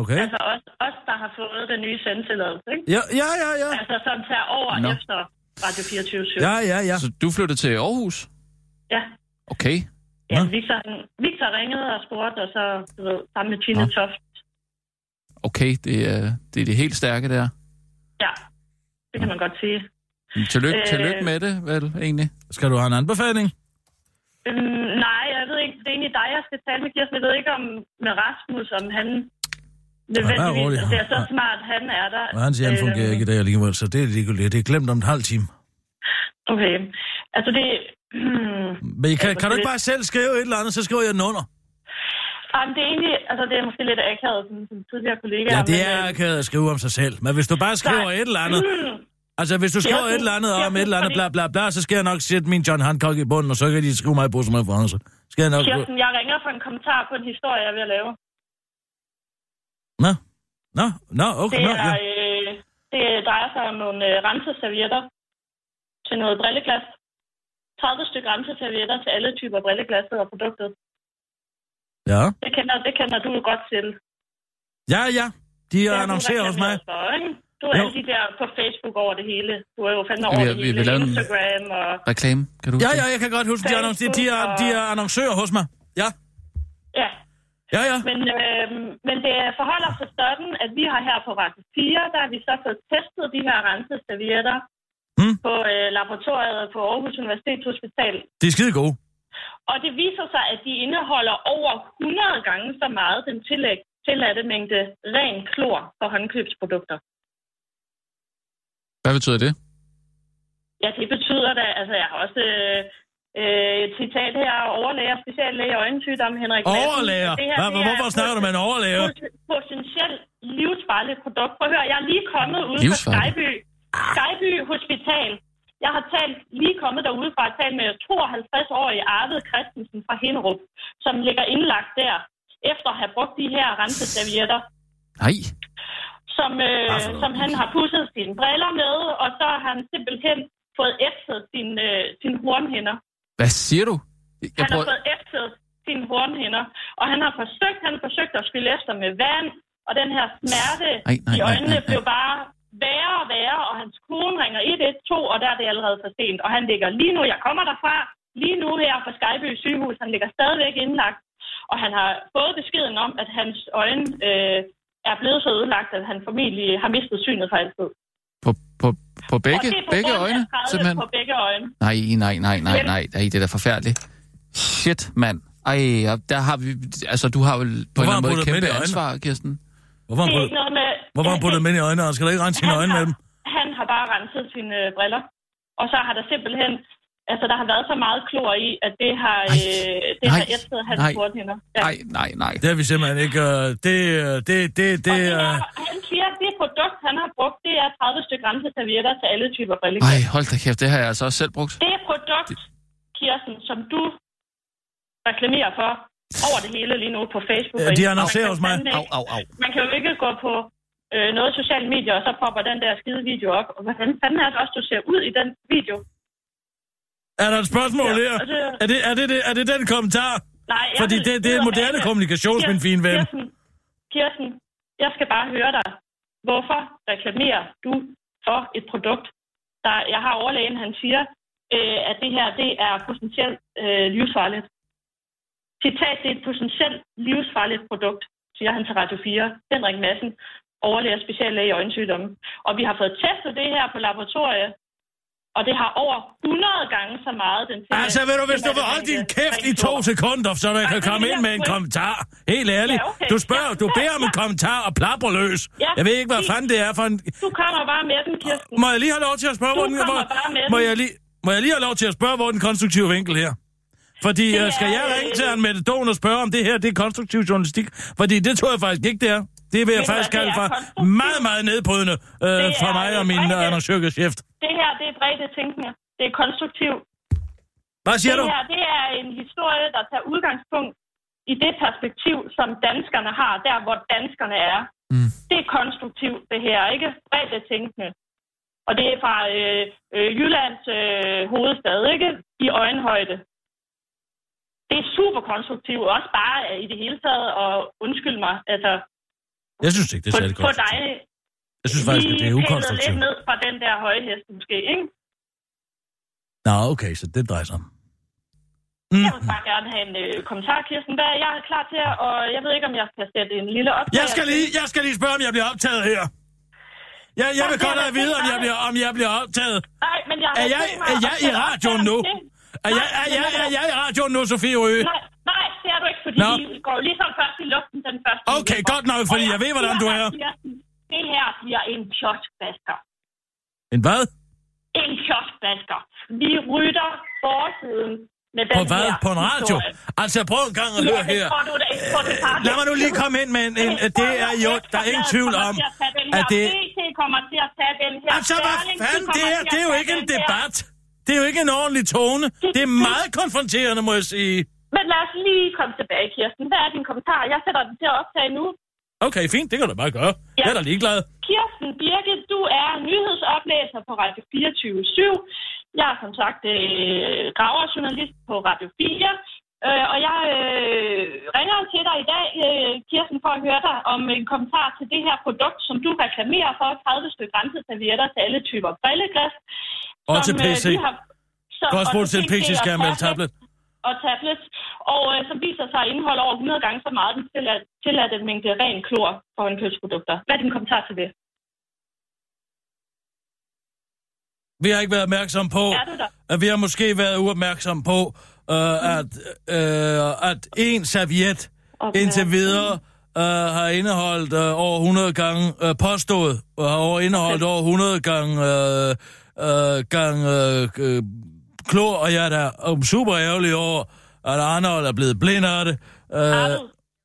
C: Okay.
H: Altså os, os, der har fået den nye sendetilladelse, ikke?
C: Ja, ja, ja, ja.
H: Altså som tager over
B: Nå.
H: no. efter Radio 24 7.
C: Ja, ja, ja.
B: så du flyttede til Aarhus?
H: ja.
B: Okay.
H: ja
C: Nå.
H: Victor, han- Victor ringede og spurgte, og så, du ved, sammen med Tine Toft.
B: Okay, det er det, er det helt stærke der.
H: Ja, det kan man godt sige.
B: Men Tillykke, øh...
H: Øh.
B: tillykke med det, vel, egentlig?
C: Skal du have en anbefaling?
H: Øhm, nej, jeg ved ikke. Det er egentlig dig, jeg skal tale med, Kirsten. Jeg ved ikke om med Rasmus, om han
C: rolig.
H: nødvendigvis altså, det er så
C: Nej.
H: smart, han er der. Øhm,
C: Men han siger,
I: Øh,
C: han fungerer ikke i dag alligevel, så det er ligegyldigt. Det er glemt om en halv time.
H: Okay. Altså det... <clears throat> Hmm,
C: Men I kan, kan du ikke bare selv skrive et eller andet, så skriver jeg den under?
H: jamen, det er egentlig... Altså det er måske lidt akavet, sådan, som tidligere kollegaer.
C: Ja, det
H: men, øh,
C: er akavet at skrive om sig selv. Men hvis du bare skriver
H: Nej.
C: et eller andet... Altså, hvis du skriver et
H: synes-
C: eller andet
H: jeg
C: om et
H: synes,
C: eller andet, bla
H: fordi-
C: bla bla, så skal jeg nok sætte min John Hancock i bunden, og så kan de skrive mig i bussen med France. Skal jeg nok...
H: Kirsten, jeg ringer for en kommentar på en historie, jeg er ved at lave.
C: Nå? Nå? Nå, okay.
H: Det,
C: Nå,
H: er,
C: ja.
H: øh, det drejer sig om nogle øh, renseservietter til noget brilleglas. 30 stykker renseservietter til alle typer brilleglasset og produktet.
C: ja.
H: Det kender, det kender du jo godt til.
C: Ja, ja. De
H: Det har
C: har
H: du
C: annonceret hos mig.
H: reklameret For, ikke? Du er
C: Jo.
H: alle de der på Facebook over det hele. Du er jo fandme over
B: Vi-
H: det
B: vi-
H: hele.
B: vi lavede en-
H: Instagram og...
B: Reklame, kan du
C: Ja,
B: huske
C: ja, jeg kan godt huske, de, annoncer, de, er, de er annoncører hos mig. Ja,
H: Ja,
C: ja, ja.
H: men, øh, men det forholder sig sådan, at vi har her på Radio 4, der har vi så fået testet de her renseservietter
C: Mm.
H: på øh, laboratoriet på Aarhus Universitetshospital.
C: De er skide gode.
H: Og det viser sig, at de indeholder over 100 gange så meget den tillæg, tilladte mængde ren klor for håndkøbsprodukter.
B: Hvad betyder det?
H: Ja, det betyder da, altså jeg har også øh, øh, et citat her, overlæger, speciallæge og øjensygdom, Henrik Madsen.
C: Overlæger?
H: Det her,
C: Hvad,
H: det er
C: hvorfor snakker du med en overlæger?
H: poten- Potentielt livsfarligt produkt. Prøv at høre, jeg er lige kommet ud fra
B: Livsfarligt?
H: Skyby, Skyby Hospital. Jeg har talt, lige kommet derude fra at tale med 52-årig Arvid Christensen fra Hinderup, som ligger indlagt der, efter at have brugt de her renseservietter
B: Nej.
H: som, øh, som han har pudset sine briller med, og så har han simpelthen fået ætset sin, øh, sin hornhænder.
B: Hvad siger du? Jeg
H: Han har fået ætset sine hornhænder, og han har forsøgt, han har forsøgt at skylle efter med vand, og den her smerte
B: Ej, nej,
H: i
B: nej,
H: øjnene
B: nej, nej.
H: blev bare værre og værre, og hans kone ringer 112, og der er det allerede for sent. Og han ligger lige nu, jeg kommer derfra, lige nu her fra Skyby sygehus, han ligger stadigvæk indlagt, og han har fået beskeden om, at hans øjne øh, er blevet så ødelagt, at han formentlig har mistet synet for altid.
B: På, på, på
H: og
B: begge,
H: det er på
B: begge
H: grund af
B: øjne?
H: 30
B: Simpelthen.
H: På begge øjne.
B: Nej, nej, nej, nej, nej. Ej, det er da forfærdeligt. Shit, mand. Ej, og der har vi... Altså, du har vel på en eller
C: har han
B: anden måde
C: puttet
B: et
C: dem ind
B: kæmpe
C: i øjnene?
B: ansvar, Kirsten.
C: Hvorfor har
H: Det
C: han
H: er
C: puttet,
H: ikke noget med...
C: hvorfor har han puttet dem ind i øjnene? Han skal da ikke rense sine
H: Han
C: øjne
H: har-
C: med dem.
H: han har bare renset sine øh, briller. Og så har der simpelthen... Altså, der har været så meget klor i, at det har,
B: Ej.
H: øh, det har
B: Nej.
H: ætset hans
B: Nej.
H: porthinder.
B: Nej, nej, nej.
C: Det har vi simpelthen ikke... øh, det, øh, det, det, det,
H: Og det
C: øh,
H: er, han siger, at det produkt, han har brugt, det er 30 stykker renset servietter til alle typer
B: Ej,
H: brilleglas.
B: hold da kæft, det har jeg altså også selv brugt.
H: Det produkt, Kirsten, som du reklamerer for over det hele lige nu på Facebook.
C: Ja,
H: og
C: de
H: Instagram.
C: annoncerer
H: Man
C: hos
H: kan
C: mig.
H: fandme ikke-
B: Au, au, au.
H: Man kan jo ikke gå på øh, noget socialt medier, og så popper den der skide video op. Og hvordan fanden er det også, du ser ud i den video?
C: er der et spørgsmål
H: Ja,
C: her?
H: og det-
C: Er det, er, det, det, er det den kommentar?
H: Nej, jeg
C: Fordi
H: vil-
C: det, det er
H: ved du
C: moderne
H: hvad?
C: kommunikation, min
H: Kirsten,
C: fine ven.
H: Kirsten, Kirsten, jeg skal bare høre dig. Hvorfor reklamerer du for et produkt? Der, jeg har overlægen, han siger, øh, at det her det er potentielt øh, livsfarligt. Citat, det er et potentielt livsfarligt produkt, siger han til Radio 4, Henrik Madsen. overlæger og speciallæge i øjensygdomme. Og vi har fået testet det her på laboratoriet, og det har over 100 gange så meget den til.
C: Altså, ved du, hvis du vil holde din kæft i to sekunder, så jeg
H: Ej,
C: kan
H: Altså, det
C: komme
H: vil
C: ind
H: jeg
C: med en
H: sgu ikke.
C: kommentar. Helt ærligt.
H: Ja, okay.
C: Du spørger,
H: Ja.
C: du beder om en kommentar og plapper løs.
H: Ja,
C: Jeg ved ikke, hvad
H: fint.
C: fanden det er for en...
H: Du kommer bare med den, Kirsten.
C: Må jeg lige have lov til at spørge,
H: Du
C: hvor den...
H: kommer
C: Hvor...
H: bare med
C: Må
H: den.
C: jeg lige... Må jeg lige have lov til at spørge, hvor den konstruktive vinkel her? Fordi
H: Det
C: øh, skal
H: er,
C: jeg ringe
H: øh,
C: til en metadon og spørge, om det her det er konstruktiv journalistik? Fordi det tror jeg faktisk ikke, det er. Det vil jeg
H: du hvad,
C: faktisk
H: det
C: kalde
H: er
C: for
H: konstruktivt.
C: meget, meget nedbrydende øh,
H: Det
C: for
H: er,
C: mig
H: øh,
C: og min
H: bredde.
C: øh, Anders Jørgens chef.
H: Det her, det er bredt tænkende. Det er konstruktivt.
C: Hvad siger du?
H: Det her, det er en historie, der tager udgangspunkt i det perspektiv, som danskerne har, der hvor danskerne er.
B: Mm.
H: Det er konstruktivt, det her, ikke? Bredt tænkende. Og det er fra øh, øh, Jyllands øh, hovedstad, ikke? I øjenhøjde. Det er super konstruktivt, også bare øh, i det hele taget, og undskyld mig, altså,
C: Jeg synes ikke, det er
H: på,
C: særlig
H: på
C: godt.
H: dig,
C: Jeg synes faktisk, at
H: lige
C: det er
H: pillet lidt
C: ukonstruktivt.
H: ned fra den der høje hest, måske, ikke?
C: Nå, okay, så det drejer sig om. Mm.
H: Jeg vil bare gerne have en øh, kommentar, Kirsten. Hvad er jeg er klar til, og jeg ved ikke, om jeg skal sætte en lille op.
C: Jeg skal lige, jeg skal lige spørge, om jeg bliver optaget her. Jeg, jeg vil godt have at vide, om jeg bliver, om jeg bliver optaget.
H: Nej, men jeg har
C: Er jeg,
H: tænkt mig
C: er
H: at
C: jeg i
H: sætte op
C: radioen
H: til
C: nu?
H: det.
C: Er jeg, er jeg, er jeg i radioen nu, Sofie Røge?
H: Nej, nej, det er du ikke, fordi
C: Nå.
H: Nå. vi går ligesom først i luften den første.
C: Okay,
H: november.
C: godt nok, fordi
H: Og
C: jeg ved, hvordan du
H: siger
C: er.
H: dig, Kirsten, Det her bliver en kioskvasker.
C: En hvad?
H: En kioskvasker. Vi rytter forsiden med den
C: På hvad?
H: her
C: På en radio?
H: historie.
C: Altså, prøv en gang at
H: Ja,
C: høre
H: det
C: her.
H: tror du da ikke, tror du tager
C: Lad mig nu lige komme ind med en, en det er jo, der er ingen tvivl om, at det...
H: BT kommer til at tage den her...
C: Altså, hvad
H: Berlingske
C: fanden, det
H: kommer
C: her,
H: til at
C: det er jo
H: tage
C: ikke en
H: den her.
C: debat. Det er jo ikke en ordentlig tone. Det er meget konfronterende, må jeg sige.
H: Men lad os lige komme tilbage, Kirsten. Hvad er din kommentar? Jeg sætter den til at optage nu.
C: Okay, fint, det kan du bare gøre. Jeg er da ligeglad.
H: Kirsten Birke, du er nyhedsoplæser på Radio 24-7. Jeg er som sagt øh, graverjournalist på Radio 4. Øh, og jeg øh, ringer til dig i dag, øh, Kirsten, for at høre dig om en kommentar til det her produkt, som du reklamerer for 30 stykker rensede servietter til alle typer brilleglas.
C: Og
H: som, øh,
C: til PC.
H: vi har- som-
C: Godt
H: og
C: spurgt til en
H: PC og
C: PC-skærm eller tablet.
H: og tablets, og øh, som viser sig at indeholde over 100 gange så meget den tillad- tilladte mængde ren klor for håndkøbsprodukter. Hvad er din kommentar til det?
C: Vi har ikke været opmærksomme på,
H: Er du der?
C: at vi har måske været uopmærksomme på, øh, at, øh, at en serviet indtil videre øh, har indeholdt øh, over 100 gange øh, påstået, og har over indeholdt over 100 gange, øh, øh, gange øh, øh, klor, og jeg er da øh, super ærgerlig over, at Arnold er blevet blind af det. Øh,
H: Arvid,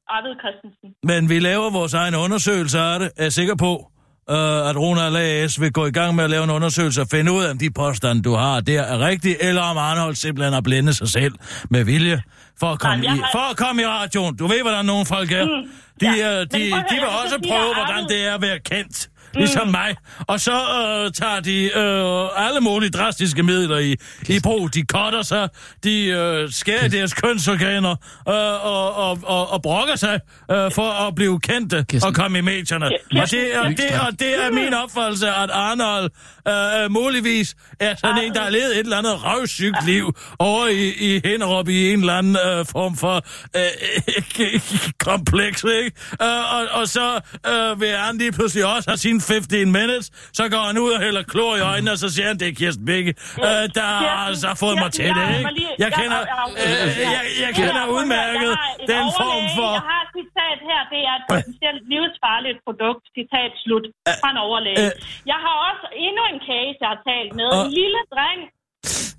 H: Arvid Christensen.
C: Men vi laver vores egen undersøgelse af det, er jeg sikker på, øh, at Ronald A.S. vil gå i gang med at lave en undersøgelse og finde ud af, om de påstande, du har der, er rigtige, eller om Arnold simpelthen har blændet sig selv med vilje for at komme,
H: Nej, jeg
C: i,
H: har-
C: for at komme i radioen. Du ved, hvordan nogle folk er. Mm, de,
H: ja.
C: øh, de,
H: Men prøv at
C: de
H: høre,
C: vil
H: jeg
C: også
H: synes, de har
C: prøve, hvordan
H: arvet-
C: det er at være kendt. Ligesom mig. Og så øh, tager de øh, alle mulige drastiske midler i, i brug. De cutter sig, de øh, skærer i deres kønsorganer øh, og, og, og, og brokker sig øh, for at blive kendte
B: Kirsten.
C: og komme i medierne.
H: Kirsten.
C: Og det, er, det, og det er min opfattelse, at Arnold øh, øh, muligvis er sådan en, der har levet et eller andet røvsygt liv over i, i Hinderup i en eller anden øh, form for øh, <laughs> kompleks, ikke? Øh, og, og så øh, vil han lige pludselig også have sine 15 minutes, så går han ud og hælder klor i øjnene, og så siger han, det er Kirsten Bække, øh, der har
H: Kirsten,
C: altså fået mig til
H: Kirsten,
C: det,
H: jeg
C: ikke?
H: må lige-
C: Jeg
H: jeg-
C: kender,
H: jeg- jeg-
C: øh, jeg, jeg
H: Jeg
C: kender
H: har-
C: udmærket
H: jeg har en
C: den form
H: overlæge.
C: for...
H: Jeg har et citat her, det er et potentielt livsfarligt produkt, citat slut, fra en overlæge.
C: øh.
H: Jeg har også endnu en case, jeg har talt med.
C: Og-
H: En lille dreng,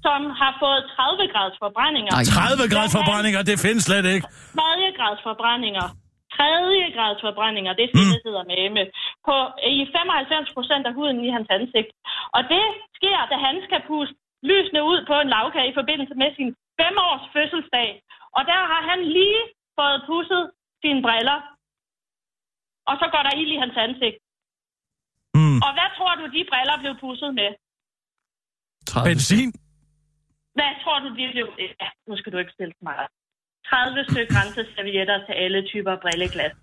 H: som har fået 30 graders forbrændinger.
B: Ej.
C: 30 grads forbrændinger, det findes slet ikke.
H: tredje grads forbrændinger, tredje grads forbrændinger, det findes mm. hedder med på i 95 procent af huden i hans ansigt. Og det sker, da han skal puste lysene ud på en lavkage i forbindelse med sin 5-års fødselsdag. Og der har han lige fået pusset sine briller. Og så går der ild i hans ansigt.
C: Mm.
H: Og hvad tror du, de briller blev pusset med?
B: 30.
C: Benzin?
H: Hvad tror du, de blev... Ja, nu skal du ikke stille så meget. 30 stykker grænseservietter til alle typer brilleglas.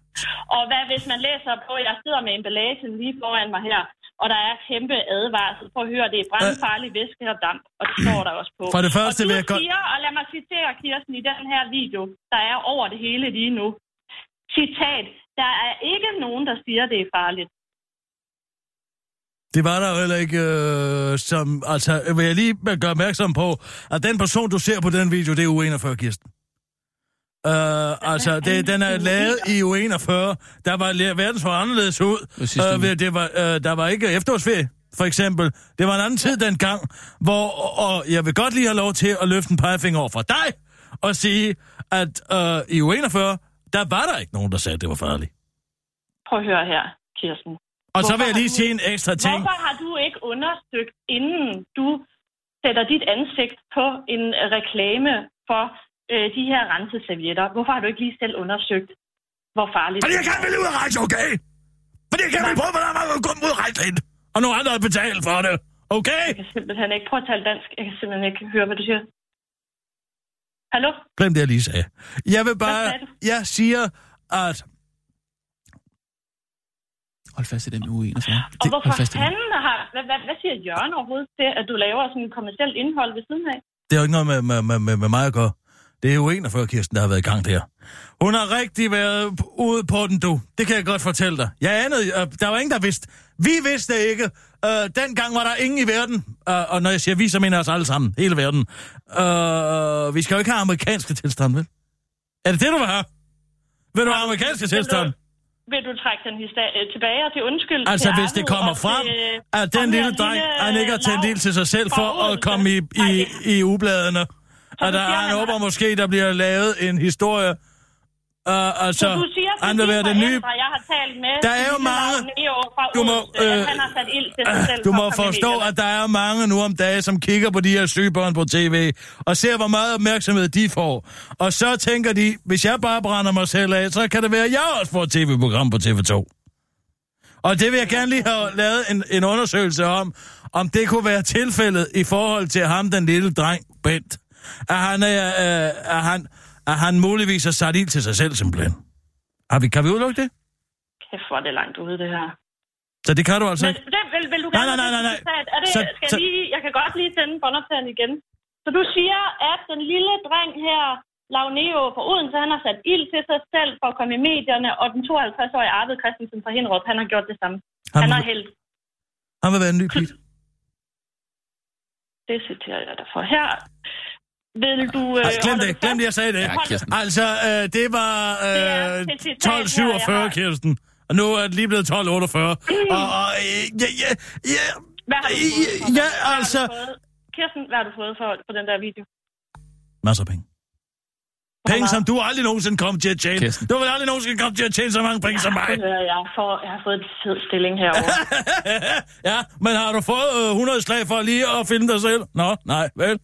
H: Og hvad hvis man læser på, jeg sidder med emballagen lige foran mig her, og der er kæmpe advarsel. Prøv at høre, det er brandfarlig væske og damp, og det står der også på.
C: For det første
H: og du
C: vil jeg godt-
H: siger, og lad mig citere Kirsten i den her video, der er over det hele lige nu. Citat, der er ikke nogen, der siger, det er farligt.
C: Det var der jo heller ikke, øh, som... Altså, vil jeg lige gøre opmærksom på, at den person, du ser på den video, det er U41, Kirsten. Øh, altså, det, den er lavet i U41. Der var la- verden så anderledes ud.
B: Hvad sidste
C: Øh,
B: uge?
C: ved- det var, øh, der var ikke efterårsferie, for eksempel. Det var en anden tid dengang, hvor... Og, og jeg vil godt lige have lov til at løfte en pegefinger over for dig og sige, at øh, i U41, der var der ikke nogen, der sagde, at det var farligt.
H: Prøv at høre her, Kirsten.
C: Og så
H: Hvorfor
C: vil jeg lige
H: har du-
C: sige en ekstra ting.
H: Hvorfor har du ikke undersøgt, inden du sætter dit ansigt på en øh, reklame for øh, de her renseservietter? Hvorfor har du ikke lige selv undersøgt, hvor farligt
C: Fordi jeg gerne ville ud af rejse, okay? Fordi jeg gerne ville prøve, hvordan man kunne komme ud af rejse ind. Og nogle andre har betalt for det, okay?
H: Jeg kan simpelthen ikke. Prøv at tale dansk. Jeg kan simpelthen ikke høre, hvad du siger. Hallo?
C: Glem det, jeg lige sagde. Jeg vil bare...
H: sagde du?
C: Jeg siger, at...
B: Hold fast i den uge 41.
H: Og
B: Det-
H: hvorfor
B: Hold fast i den.
H: fanden har... Hvad, hvad, hvad siger Jørgen overhovedet til, at du laver sådan kommersielt indhold ved siden af?
C: Det er jo ikke noget med, med, med, med, med mig at gøre. Det er jo 41, Kirsten, der har været i gang der. Hun har rigtig været p- ude på den, du. Det kan jeg godt fortælle dig. Jeg anede, øh, der var ingen, der vidste. Vi vidste det ikke. Øh, dengang var der ingen i verden. Øh, og når jeg siger vi, så mener jeg os alle sammen. Hele verden. Øh, vi skal jo ikke have amerikanske tilstand, vel? Er det det, du vil have? Vil du have amerikanske tilstand?
H: Vil du trække den histori- øh, tilbage og til undskyld?
C: Altså,
H: til
C: hvis det
H: Arno
C: kommer
H: og
C: frem,
H: til- øh,
C: at den
H: ham
C: lille
H: her
C: dreng,
H: lille
C: han ikke har tændt
H: Lav
C: ild til sig selv for
H: fra
C: at komme i,
H: Odense.
C: i,
H: Nej,
C: i ubladene. Og der er
H: siger
C: en
H: han, at-
C: håber måske, der bliver lavet en historie. Uh,
H: Så
C: altså,
H: du siger, til
C: han vil
H: de
C: være den nye...
H: forældre, jeg har talt med,
C: Der er jo
H: Lille
C: mange-
H: Lav Neo fra
C: Du må,
H: Odense, at
C: øh,
H: han har sat ild til sig selv.
C: Du
H: for
C: må
H: at komme i
C: forstå,
H: medierne.
C: at der er mange nu om dage, som kigger på de her syge børn på tv, og ser, hvor meget opmærksomhed de får. Og så tænker de, hvis jeg bare brænder mig selv af, så kan det være, at jeg også får et tv-program på TV2. Og det vil jeg gerne lige have lavet en, en undersøgelse om, om det kunne være tilfældet i forhold til ham, den lille dreng, Bent. At han, er, øh, at han, at han muligvis har sat ild til sig selv, simpelthen. Har vi, kan vi udelukke det?
H: Kæft, hvor er det langt ude, det her.
C: Så det kan du altså
H: Men
C: ikke.
H: hvem vil, vil du
C: Nej,
H: gerne
C: nej, nej, nej, nej.
H: have det Er det,
C: Så-
H: skal
C: så-
H: jeg, lige, jeg kan godt lige sende båndoptageren igen. Så du siger, at den lille dreng her, Lavneo fra Odense, han har sat ild til sig selv for at komme i medierne, og den 52-årige Arvid Christensen fra Hinderup, han har gjort det samme. Han,
C: Han,
H: har hældt.
C: han vil være en ny pige.
H: Det citerer jeg dig for her. Vil du...
C: Ej,
H: øh,
C: glem
H: holder
C: det,
H: du
C: glem det,
H: fast?
C: jeg sagde det.
B: Ja, Kirsten.
C: Altså, øh, det var
H: Det er
C: øh,
H: til citat, her, jeg
C: 12.47,
H: har. Mm.
C: Kirsten. Og nu er det lige blevet 12.48. Og, og øh, ja, ja, ja,
H: Hvad har du fået
C: ja,
H: for det? Hvad har
C: altså...
H: du fået? Kirsten, hvad har du fået for, for den der video?
C: Masser af penge. Penge, som du aldrig nogensinde kom til at tjene.
B: Kirsten.
C: Du vil aldrig nogensinde komme til at tjene så mange penge som
H: <laughs>
C: mig. <laughs>
H: Prøv at høre, Jeg, får, jeg har fået en fed stilling herovre.
C: ja, men har du fået øh, 100 slag for lige at filme dig selv? Nå, nej, vel?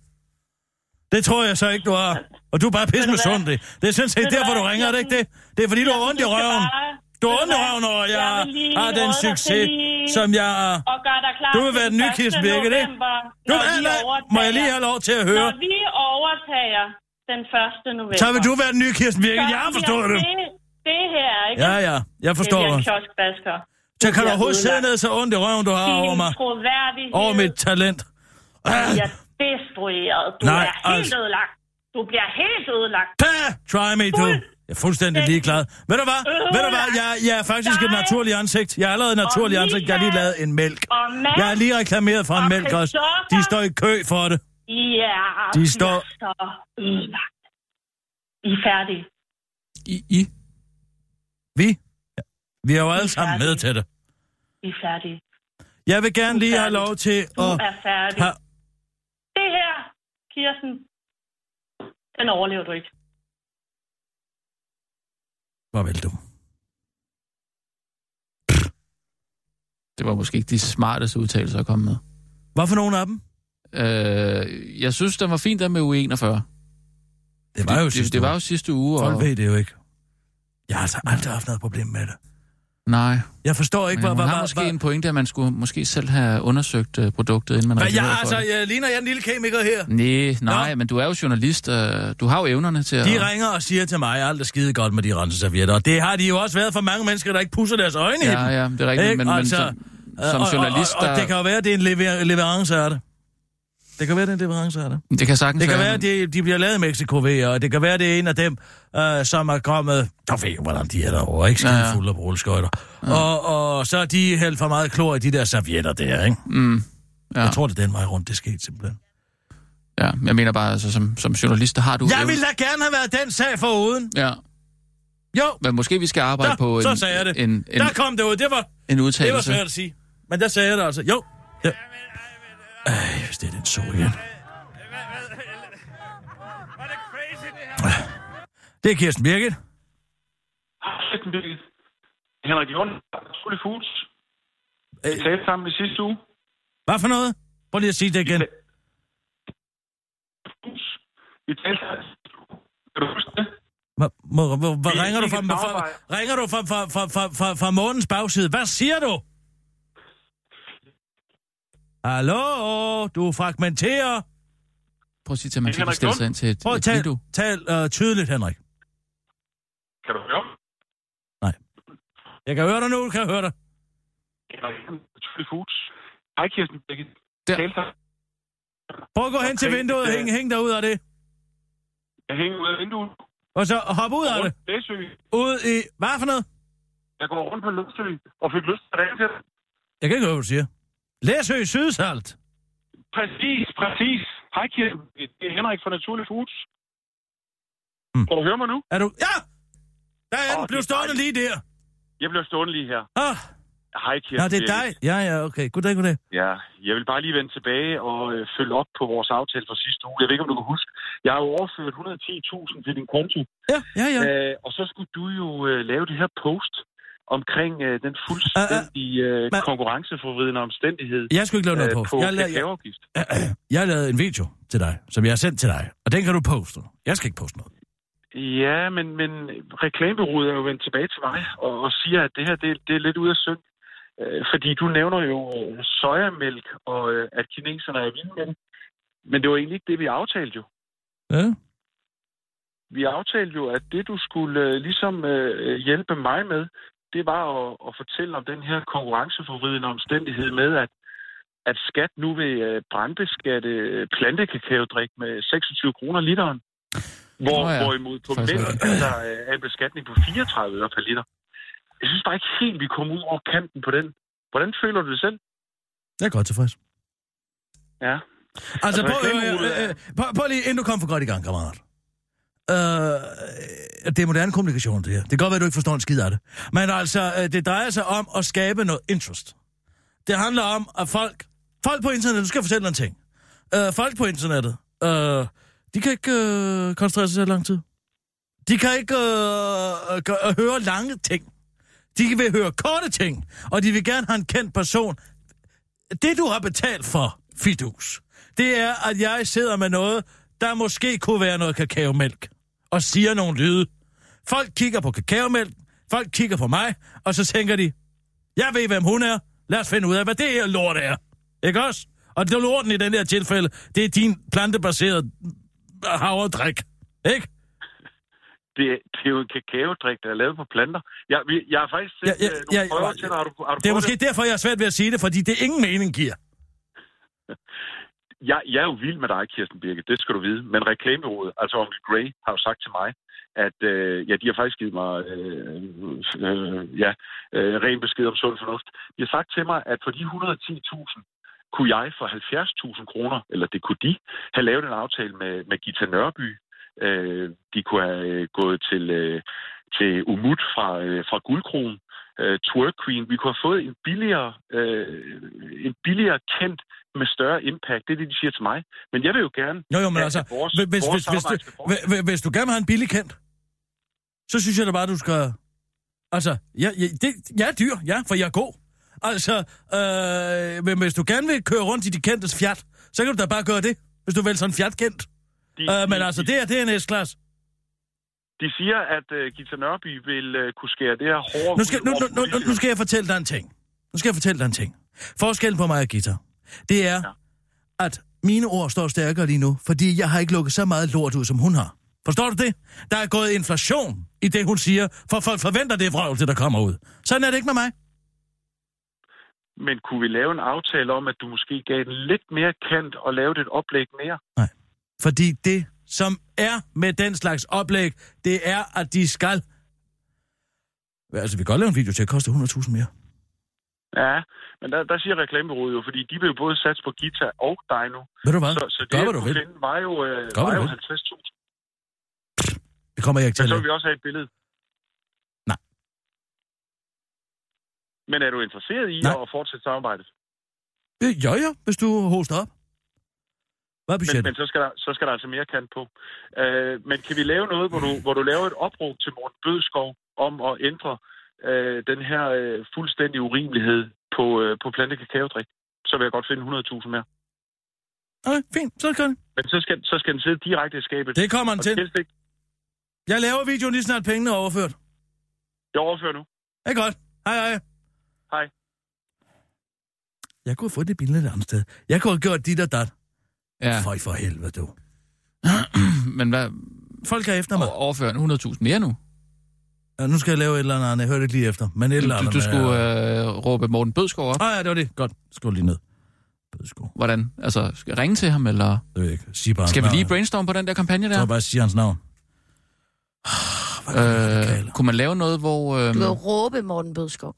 C: Det tror jeg så ikke, du har. Og du er bare pisse
H: Ved
C: med
H: du hvad?
C: sundt. Det er sådan set
H: Ved du
C: derfor, du
H: hvad,
C: ringer, er det ikke det?
H: Kirsten?
C: Det er fordi, <laughs> du har
H: Kirsten,
C: ondt i
H: du skal
C: røven.
H: bare-
C: Du
H: Ved
C: har
H: du
C: ondt i
H: hvad?
C: røven, og jeg
H: Jeg vil lige
C: har den
H: råde dig
C: succes,
H: til lige-
C: som jeg...
H: og gør dig klar.
C: Du vil være
H: til
C: den nye
H: første
C: Kirsten Birke, det?
H: november,
C: Du,
H: når vi
C: nej, nej,
H: overtager-
C: må jeg lige have lov til at høre?
H: Når vi overtager den 1. november.
C: Så vil du være den nye Kirsten Birke.
H: Så
C: Jeg har
H: bliver
C: forstået det.
H: Det, det her, ikke?
C: Ja, ja, jeg forstår
H: det.
C: det.
H: Det er en kioskbasker.
C: Så kan du overhovedet
H: bliver
C: sidde ned så ondt i røven, du har over mig.
H: Din troværdighed
C: Over mit talent. Ah,
H: bliver destrueret. Du
C: Nej,
H: Nej, er helt
C: altså.
H: ødelagt. Du bliver helt ødelagt.
C: Pa! Try me, du. Jeg er fuldstændig ligeglad. Ved du hvad? Ved du hvad? Jeg, jeg er faktisk et
H: Dig.
C: naturligt ansigt. Jeg er allerede et naturligt
H: Og
C: ansigt. Jeg har lige
H: Michael.
C: lavet en mælk.
H: Og mand,
C: Jeg har lige reklameret for en
H: Og
C: mælk også.
H: Christoffer.
C: De står i kø for det.
H: ja,
C: De
H: bliver
C: står-
H: så ødelagt. I er færdige.
B: I, I.
C: Vi? Vi er jo alle
H: er
C: sammen
H: færdige.
C: med til det.
H: I er færdige.
C: Jeg vil gerne lige have lov til
H: Du
C: at...
H: er færdig.
C: Ha,
H: Det her, Kirsten, den overlever du ikke.
C: hvor vel du.
B: Det var måske ikke de smarteste udtalelser at komme med.
C: Hvad for nogen af dem?
B: Øh, jeg synes, den var fint der med uge 41.
C: Det var jo
B: det, det,
C: sidste
B: det var
C: uge.
B: jo sidste uge.
C: Folk
B: Og...
C: ved det jo ikke. Jeg har altså aldrig haft noget problem med det.
B: Nej,
C: Jeg forstår ikke,
B: men
C: hvad...
B: hun
C: hvad-
B: har
C: hvad-
B: måske
C: hvad-
B: en pointe, at man skulle måske selv have undersøgt øh, produktet, inden man
C: Hvad-
B: reklamerede
C: Jeg,
B: for
C: altså,
B: det.
C: jeg ligner jeg den lille kemiker her.
B: Nej, nej,
C: Nå.
B: men du er jo journalist. Øh, du har jo evnerne til at...
C: De ringer og siger til mig, at alt er skide godt med de renseservietter. Og det har de jo også været for mange mennesker, der ikke pusser deres øjne i
B: Ja,
C: dem.
B: ja, det er rigtigt,
C: Ikke?
B: men, men
C: Altså,
B: som,
C: Øh,
B: som
C: og,
B: journalist,
C: og, og, og det
B: der...
C: kan jo være, at det er en lever- leverance af det. Det kan være, den difference er der.
B: Det kan sagtens
C: Det kan være,
B: være
C: at de, de bliver lavet i Mexico ved, og det kan være, det er en af dem, øh, som er kommet... Der ved jeg, hvordan de er derovre, ikke? Skide
B: Ja, ja.
C: fulde af brugelskøjter. Og, og så er de hældt for meget klor i de der servietter der, ikke?
B: Mm. Ja.
C: Jeg tror, det er den vej rundt, det skete simpelthen.
B: Ja, jeg mener bare, altså, som, som journalist, der har du...
C: Jeg
B: evnen-
C: ville da gerne have været den sag foruden.
B: Ja,
C: Jo,
B: men måske vi skal arbejde
C: der,
B: på en,
C: så sagde jeg det.
B: en, en,
C: der kom det ud, det var,
B: en
C: det var
B: udtalelse.
C: svært at sige. Men der sagde jeg det altså. Jo. Ja. Ej, hvis det er den så igen. Det er Kirsten Birgit.
H: øh,
I: Henrik Jorden, Tully Foods. Vi
C: Øh.
I: talte sammen i sidste uge.
C: Hvad for noget? Prøv lige at sige det igen.
I: Vi talte sammen i sidste uge. Kan du huske det?
C: Hvad, hvor, hvor, hvor
I: Det er
C: ringer, du
I: ikke
C: fra,
I: et
C: fra,
I: samarbejde.
C: ringer du fra, fra, fra, fra, fra, fra månens bagside? Hvad siger du? Hallo? Du fragmenterer.
B: Prøv at sige til, at man
I: Det
B: skal
I: Henrik
B: stille
I: Lund.
B: sig ind til et,
C: Prøv at
B: et
C: tal,
B: video.
C: tal uh, tydeligt, Henrik.
I: Kan du høre?
C: Jeg kan høre dig nu, kan jeg høre dig.
I: Henrik Jorden, Tully Foods. Hej Kirsten Birgit.
B: Der.
I: Talte sammen.
C: Prøv at gå hen til
I: Okay,
C: vinduet og
I: det-
C: hæng, hæng dig ud af det.
I: Jeg hænger ud af vinduet.
C: Og så hop ud af det.
I: Rundt på Læsø.
C: Ud i... Hvad for noget?
I: Jeg går rundt på Læsø og fik lyst til at ringe til dig.
C: Jeg kan ikke høre, hvad du siger. Læsø i Sydsalt.
I: Præcis, præcis. Hej Kirsten Birgit. Det er Henrik fra Naturlig Foods.
C: Hmm.
I: Kan du høre mig nu?
C: Er du... Ja! Der er den.
I: Åh,
C: Blev
I: det er
C: stående lige
I: dejligt.
C: der.
I: Jeg bliver stående lige her.
C: Ah,
I: Hej Kirsten
C: nå, det er
I: Birgit.
C: dig. Ja, ja, okay. Goddag, goddag.
I: Ja, jeg vil bare lige vende tilbage og øh, følge op på vores aftale fra sidste uge. Jeg ved ikke, om du kan huske. Jeg har jo overført 110.000 til din konto,
C: Ja, ja, ja.
I: ja. øh, og så skulle du jo øh, lave det her post omkring øh, den fuldstændige øh,
C: men-
I: konkurrenceforvridende omstændighed
C: Jeg skulle ikke lave noget
I: øh,
C: på.
I: på
C: Jeg, jeg,
I: kakaoafgift.
C: jeg <clears throat> lavede en video til dig, som jeg har sendt til dig, og den kan du poste. Jeg skal ikke poste noget.
I: Ja, men, men reklamebureauet er jo vendt tilbage til mig og, og siger, at det her det, det er lidt ude af synd. Øh, fordi du nævner jo øh, sojamælk og øh, at kineserne er vilde med det. Men det var egentlig ikke det, vi aftalte jo.
C: Ja.
I: vi aftalte jo, at det du skulle øh, ligesom øh, hjælpe mig med, det var at, at fortælle om den her konkurrenceforvridende omstændighed med, at, at skat nu vil øh, brandbeskatte øh, plantekakaodrik med 26 kroner literen. Hvor,
B: Nå
I: oh
B: ja,
I: ja. Hvorimod på
B: faktisk
I: mælk
B: rigtigt.
I: er der øh, er en beskatning på 34 øre per liter. Jeg synes bare ikke helt, vi kom ud over kanten på den. Hvordan føler du det selv?
C: Jeg er godt tilfreds.
I: Ja.
C: Altså,
I: Altså,
C: prøv, at høre, øh,
I: reklamebureauet er-
C: øh, prøv, prøv lige, inden du kom for godt i gang, kammerat. Øh, det er moderne kommunikation, det her. Det kan godt være, at du ikke forstår en skid af det. Men altså, øh, det drejer sig om at skabe noget interest. Det handler om, at folk... Folk på internettet, du skal jeg fortælle dig en ting. Øh, folk på internettet, øh, de kan ikke øh, koncentrere sig så lang tid. De kan ikke øh, øh, gø- høre lange ting. De vil høre korte ting, og de vil gerne have en kendt person, det du har betalt for, Fidus, det er, at jeg sidder med noget, der måske kunne være noget kakaomælk, og siger nogle lyde. Folk kigger på kakaomælk, folk kigger på mig, og så tænker de, jeg ved, hvem hun er, lad os finde ud af, hvad det her lort er. Ikke også? Og det lorten i den her tilfælde, det er din plantebaserede øh, havredrik. Ikke?
I: Det, det er jo en kakaodrik, der er lavet på planter. Jeg, vi- jeg har faktisk sendt
C: Ja,
I: ja,
C: ja,
I: ja, nogle
C: ja,
I: prøver
C: ja.
I: til dig. Har du, har du
C: Det er
I: fået
C: måske derfor, jeg er svært ved at sige det, fordi det ingen mening giver.
I: jeg, jeg er jo vild med dig, Kirsten Birke, det skal du vide. Men reklamerådet, altså Onkel Grey, har jo sagt til mig, at øh, ja, de har faktisk givet mig øh, øh, ja, øh, ren besked om sund fornuft. De har sagt til mig, at for de 110.000 kunne jeg for 70.000 kroner, eller det kunne de, have lavet en aftale med, med Gita Nørby. Øh, de kunne have øh, gået til, øh, til Umut fra, øh, fra Guldkronen, øh, Twerk Queen. Vi kunne have fået en billigere, øh, en billigere kendt med større impact. Det er det, de siger til mig. Men jeg vil jo gerne...
C: Jo, jo, men
I: at-
C: altså,
I: at vores,
C: hvis, hvis,
I: vores
C: hvis, hvis,
I: samarbejde
C: du,
I: skal fortsætte.
C: hvis, hvis du gerne vil have en billig kendt, så synes jeg da bare, du skal... Altså, jeg, jeg, det, jeg er dyr, ja, for jeg er god. Altså, øh, men hvis du gerne vil køre rundt i de kendtes fjat, så kan du da bare gøre det, hvis du vil sådan fjat kendt.
I: De,
C: Øh, men
I: de-
C: altså,
I: de-
C: det er, det er en S-klasse.
I: De siger, at uh, Gita Nørby vil uh, kunne skære det her hårde...
C: Nu skal,
I: ud
C: nu,
I: over
C: nu, nu, nu, nu
I: politikere.
C: skal jeg fortælle dig en ting. Nu skal jeg fortælle dig en ting. Forskellen på mig og Gita, det er, ja. at mine ord står stærkere lige nu, fordi jeg har ikke lukket så meget lort ud, som hun har. Forstår du det? Der er gået inflation i det, hun siger, for folk forventer det vrøvl, der kommer ud. Sådan er det ikke med mig.
I: men kunne vi lave en aftale om, at du måske gav den lidt mere kant og lavede et oplæg mere?
C: Fordi det, som er med den slags oplæg, det er, at de skal... Altså, vi kan godt lave en video til at koste 100.000 mere.
I: Ja, men der, der siger reklamebureauet jo, fordi de vil jo både satse på Gita og dig nu.
C: Ved du hvad?
I: Så, så det,
C: Gør,
I: at
C: hvad du
I: kunne
C: vil.
I: finde, var jo,
C: Gør,
I: øh,
C: hvad
I: var
C: du
I: jo
C: vil.
I: 50.000.
C: Det kommer jeg ikke til
I: Men
C: at
I: så vil
C: lave.
I: vi også have et billede.
C: Nej.
I: Men er du interesseret i
C: Nej.
I: at fortsætte samarbejdet?
C: Øh, Jo, jo, hvis du hoster op. Hvad er
I: Men, men
C: budgettet?
I: så, skal der, så skal der altså mere kant på. Øh, men kan vi lave noget, hvor du, hvor du laver et opråb til Morten Bødskov om at ændre øh, den her øh, fuldstændig urimelighed på, øh, på plantekakaodrik? Så vil jeg godt finde 100.000 mere.
C: Okay, fint, så gør det.
I: Men så skal, så skal den sidde direkte i skabet.
C: Det kommer den
I: Og
C: til.
I: helst ikke.
C: Jeg laver videoen lige snart pengene er overført.
I: Jeg overfører nu.
C: Det er godt. Hej, hej.
I: Hej.
C: Jeg kunne have fået det billede et andet sted. Jeg kunne have gjort dit og dat. Ja.
B: Ja,
C: Føj for helvede, du.
B: men hvad?
C: Folk er efter mig.
B: Over- Overfører 100.000 mere nu?
C: Ja, nu skal jeg lave et eller andet, Arne. Jeg hørte ikke lige efter. Men et eller
B: Du,
C: andet.
B: du skulle øh, råbe Morten Bødskov op.
C: Åh ja, det var det. Godt. Skål lige ned. Bødsko.
B: Hvordan? Altså, skal jeg ringe til ham, eller
C: Det ved jeg ikke. Sig bare
B: skal vi
C: hans
B: lige
C: navn.
B: brainstorme på den der kampagne
C: Jeg
B: der?
C: tror bare, jeg siger hans navn. Ah, Hvad er det,
B: Øh,
C: øh...
B: kunne man lave noget, hvor... Øh,
D: Du kan jo råbe Morten Bødskov.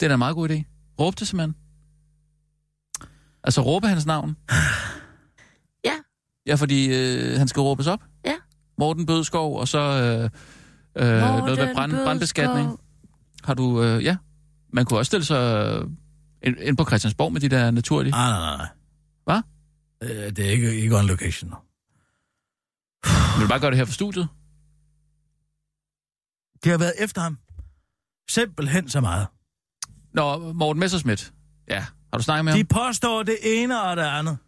B: det er da en meget god idé. Råb det simpelthen. Altså, råbe hans navn.
D: Ja.
B: Ja, fordi øh, han skal råbes op.
D: Ja.
B: Morten Bødskov, og så øh, øh, noget med
D: Morten
B: brand,
D: Bødskov.
B: brandbeskatning. Har du... Øh, ja. Man kunne også stille sig øh, ind- ind på Christiansborg med de der naturlige.
C: Nej, nej, nej, nej.
B: Hvad?
C: Øh, det er ikke, ikke on location. Ah.
B: Vil du bare gøre det her for studiet?
C: Det har været efter ham. Simpelthen så meget.
B: Nå, Morten Messerschmidt. Ja. Har du snakket med
C: De
B: ham?
C: påstår det ene og det andet.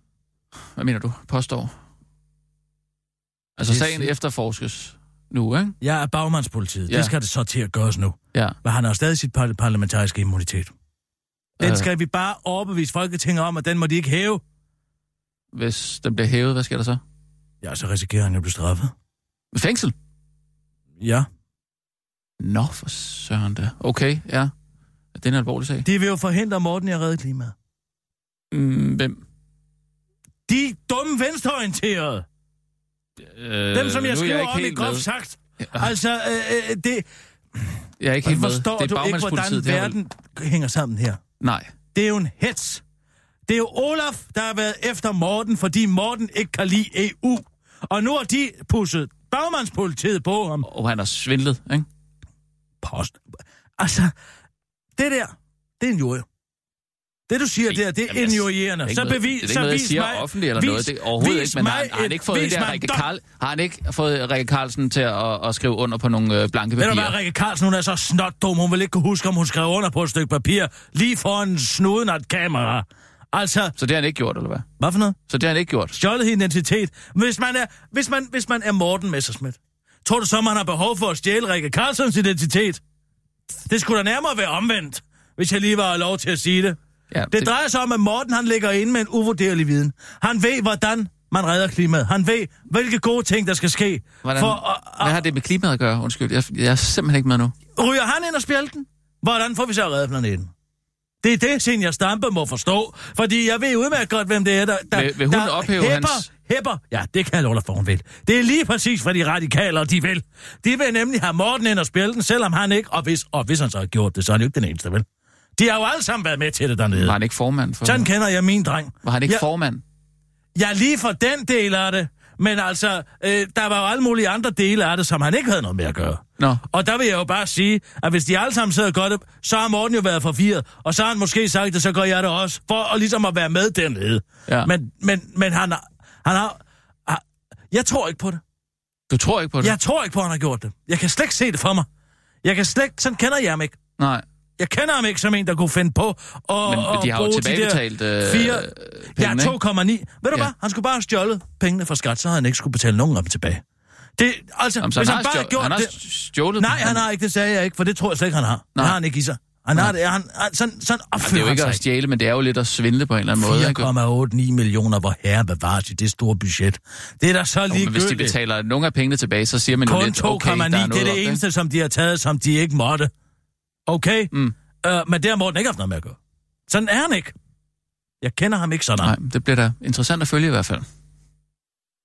B: Hvad mener du? Påstår. Altså,
C: Det er
B: sagen
C: sygt.
B: efterforskes nu, ikke?
C: Jeg er bagmandspolitiet. Ja.
B: Ja.
C: Det skal det så til at gøres nu.
B: Ja.
C: Men han har jo stadig sit par- parlamentariske immunitet. Den
B: Øh.
C: skal vi bare overbevise Folketinget om, at den må de ikke hæve.
B: Hvis den bliver hævet, hvad sker der så?
C: Ja, så risikerer han jo at blive straffet.
B: Fængsel?
C: Ja.
B: Nå, for søren da. Okay, ja. Det er en alvorlig sag.
C: De vil jo forhindre Morten i at redde klimaet.
B: Mm, hvem?
C: De er dumme venstreorienterede.
B: Øh,
C: Dem, som jeg
B: nu er
C: skriver
B: ikke
C: om i
B: helt
C: groft
B: med.
C: sagt.
B: Ja,
C: Altså, øh, øh, det,
B: Jeg er ikke helt med.
C: forstår
B: Det er
C: du ikke, hvordan
B: bagmandspolitiet, det her, vel?
C: verden hænger sammen her.
B: Nej.
C: Det er jo en hets. Det er jo Olaf, der har været efter Morten, fordi Morten ikke kan lide EU. Og nu har de pusset bagmandspolitiet på ham.
B: Og han har svindlet, ikke?
C: Post. Altså, det der, det er en jury. Det, du siger der, det er
B: Jamen, altså, jeg-
C: injurierende.
B: Det er
C: Så
B: ikke noget-
C: bevis,
B: det er
C: så
B: ikke noget, jeg
C: vis
B: siger
C: mig...
B: offentligt eller
C: vis-
B: noget. Det er overhovedet
C: vis
B: ikke, men har,
C: mig
B: har, han
C: et-
B: ikke fået
C: vis
B: det der
C: mig en
B: Rikke
C: dom.
B: Karl, har han ikke fået Rikke Carlsen til at, at skrive under på nogle øh, blanke
C: Ved
B: papirer?
C: du hvad, Rikke Carlsen, hun er så snotdum, hun vil ikke kunne huske, om hun skrev under på et stykke papir, lige foran snuden af et kamera. Altså,
B: Så det har han ikke gjort, eller hvad?
C: hvad for noget?
B: Så det har han ikke gjort.
C: Stjålet identitet. Hvis man er, hvis man, hvis man er Morten Messerschmidt, tror du så, man har behov for at stjæle Rikke Carlsons identitet? Det skulle da nærmere være omvendt, hvis jeg lige var lov til at sige det.
B: Ja,
C: Det drejer sig om, at Morten han ligger inde med en uvurderlig viden. Han ved, hvordan man redder klimaet. Han ved, hvilke gode ting, der skal ske.
B: Hvordan,
C: for,
B: for,
C: at-
B: hvad har det med klimaet at gøre? Undskyld, jeg, jeg er simpelthen ikke med nu.
C: Ryger han ind og spjælken? Hvordan får vi så reddet planeten? Det er det, Senior Stampe må forstå, fordi jeg ved udmærket godt, hvem det er, der, der,
B: Vil- vil hun
C: der
B: ophæve
C: hæpper,
B: hans-
C: hæpper. Ja, det kan Lola for, hun vil. Det er lige præcis, hvad de radikaler de vil. De vil nemlig have Morten ind og spjælken, selvom han ikke, og hvis, og hvis han så har gjort det, så er han jo ikke den eneste, vel? De har jo alle sammen været med til det dernede.
B: Var han ikke formand for...
C: Sådan kender jeg min dreng.
B: Var han ikke
C: jeg,
B: formand?
C: jeg er lige for den del af det, men altså, øh, der var jo alle mulige andre dele af det, som han ikke havde noget med at gøre.
B: Nå.
C: Og der vil jeg jo bare sige, at hvis de alle sammen sidder godt op, så har Morten jo været forvirret, og så har han måske sagt det, så gør jeg det også, for at ligesom at være med dernede.
B: Ja.
C: Men, men, men han, har, han har, har... Jeg tror ikke på det.
B: Du tror ikke på det?
C: Jeg tror ikke på, at han har gjort det. Jeg kan slet ikke se det for mig. Jeg kan slet ikke... Sådan kender jeg ham ikke.
B: Nej.
C: Jeg kender ham ikke som en, der kunne finde på at,
B: Men de
C: at
B: har jo
C: bruge
B: tilbagebetalt,
C: de
B: øh,
C: der
B: øh,
C: fire...
B: pengene,
C: ja,
B: ikke?
C: 2,9. Ved du
B: Ja.
C: hvad? Han skulle bare have stjålet pengene fra skat, så havde han ikke skulle betale nogen af dem tilbage. Det, altså,
B: Jamen,
C: Jamen,
B: så
C: hvis
B: han,
C: han,
B: har stjålet,
C: bare havde gjort
B: han har
C: det...
B: stjålet
C: Nej,
B: dem.
C: han har ikke, det sagde jeg ikke, for det tror jeg slet ikke, han har. Nej.
B: Nej.
C: Det har han ikke i sig. Han har det, han, han, sådan, sådan
B: Det er
C: opfører
B: jo ikke
C: <laughs> han
B: at
C: sig.
B: stjæle, men det er jo lidt at svindle på en eller anden måde. ikke?
C: 4,89 millioner, hvor herre bevares i det store budget. Det er da så
B: Jo, men hvis de
C: ligegyldigt.
B: betaler nogle af pengene tilbage, så siger man jo
C: Kun
B: lidt,
C: 2,9,
B: okay, der er
C: det
B: noget
C: er
B: om
C: det eneste, som de har taget, som de ikke måtte. Okay?
B: Mm.
C: Øh, men det har Morten ikke haft noget med at gøre. Sådan er han ikke. Jeg kender ham ikke sådan.
B: Nej, det bliver da interessant at følge i hvert fald.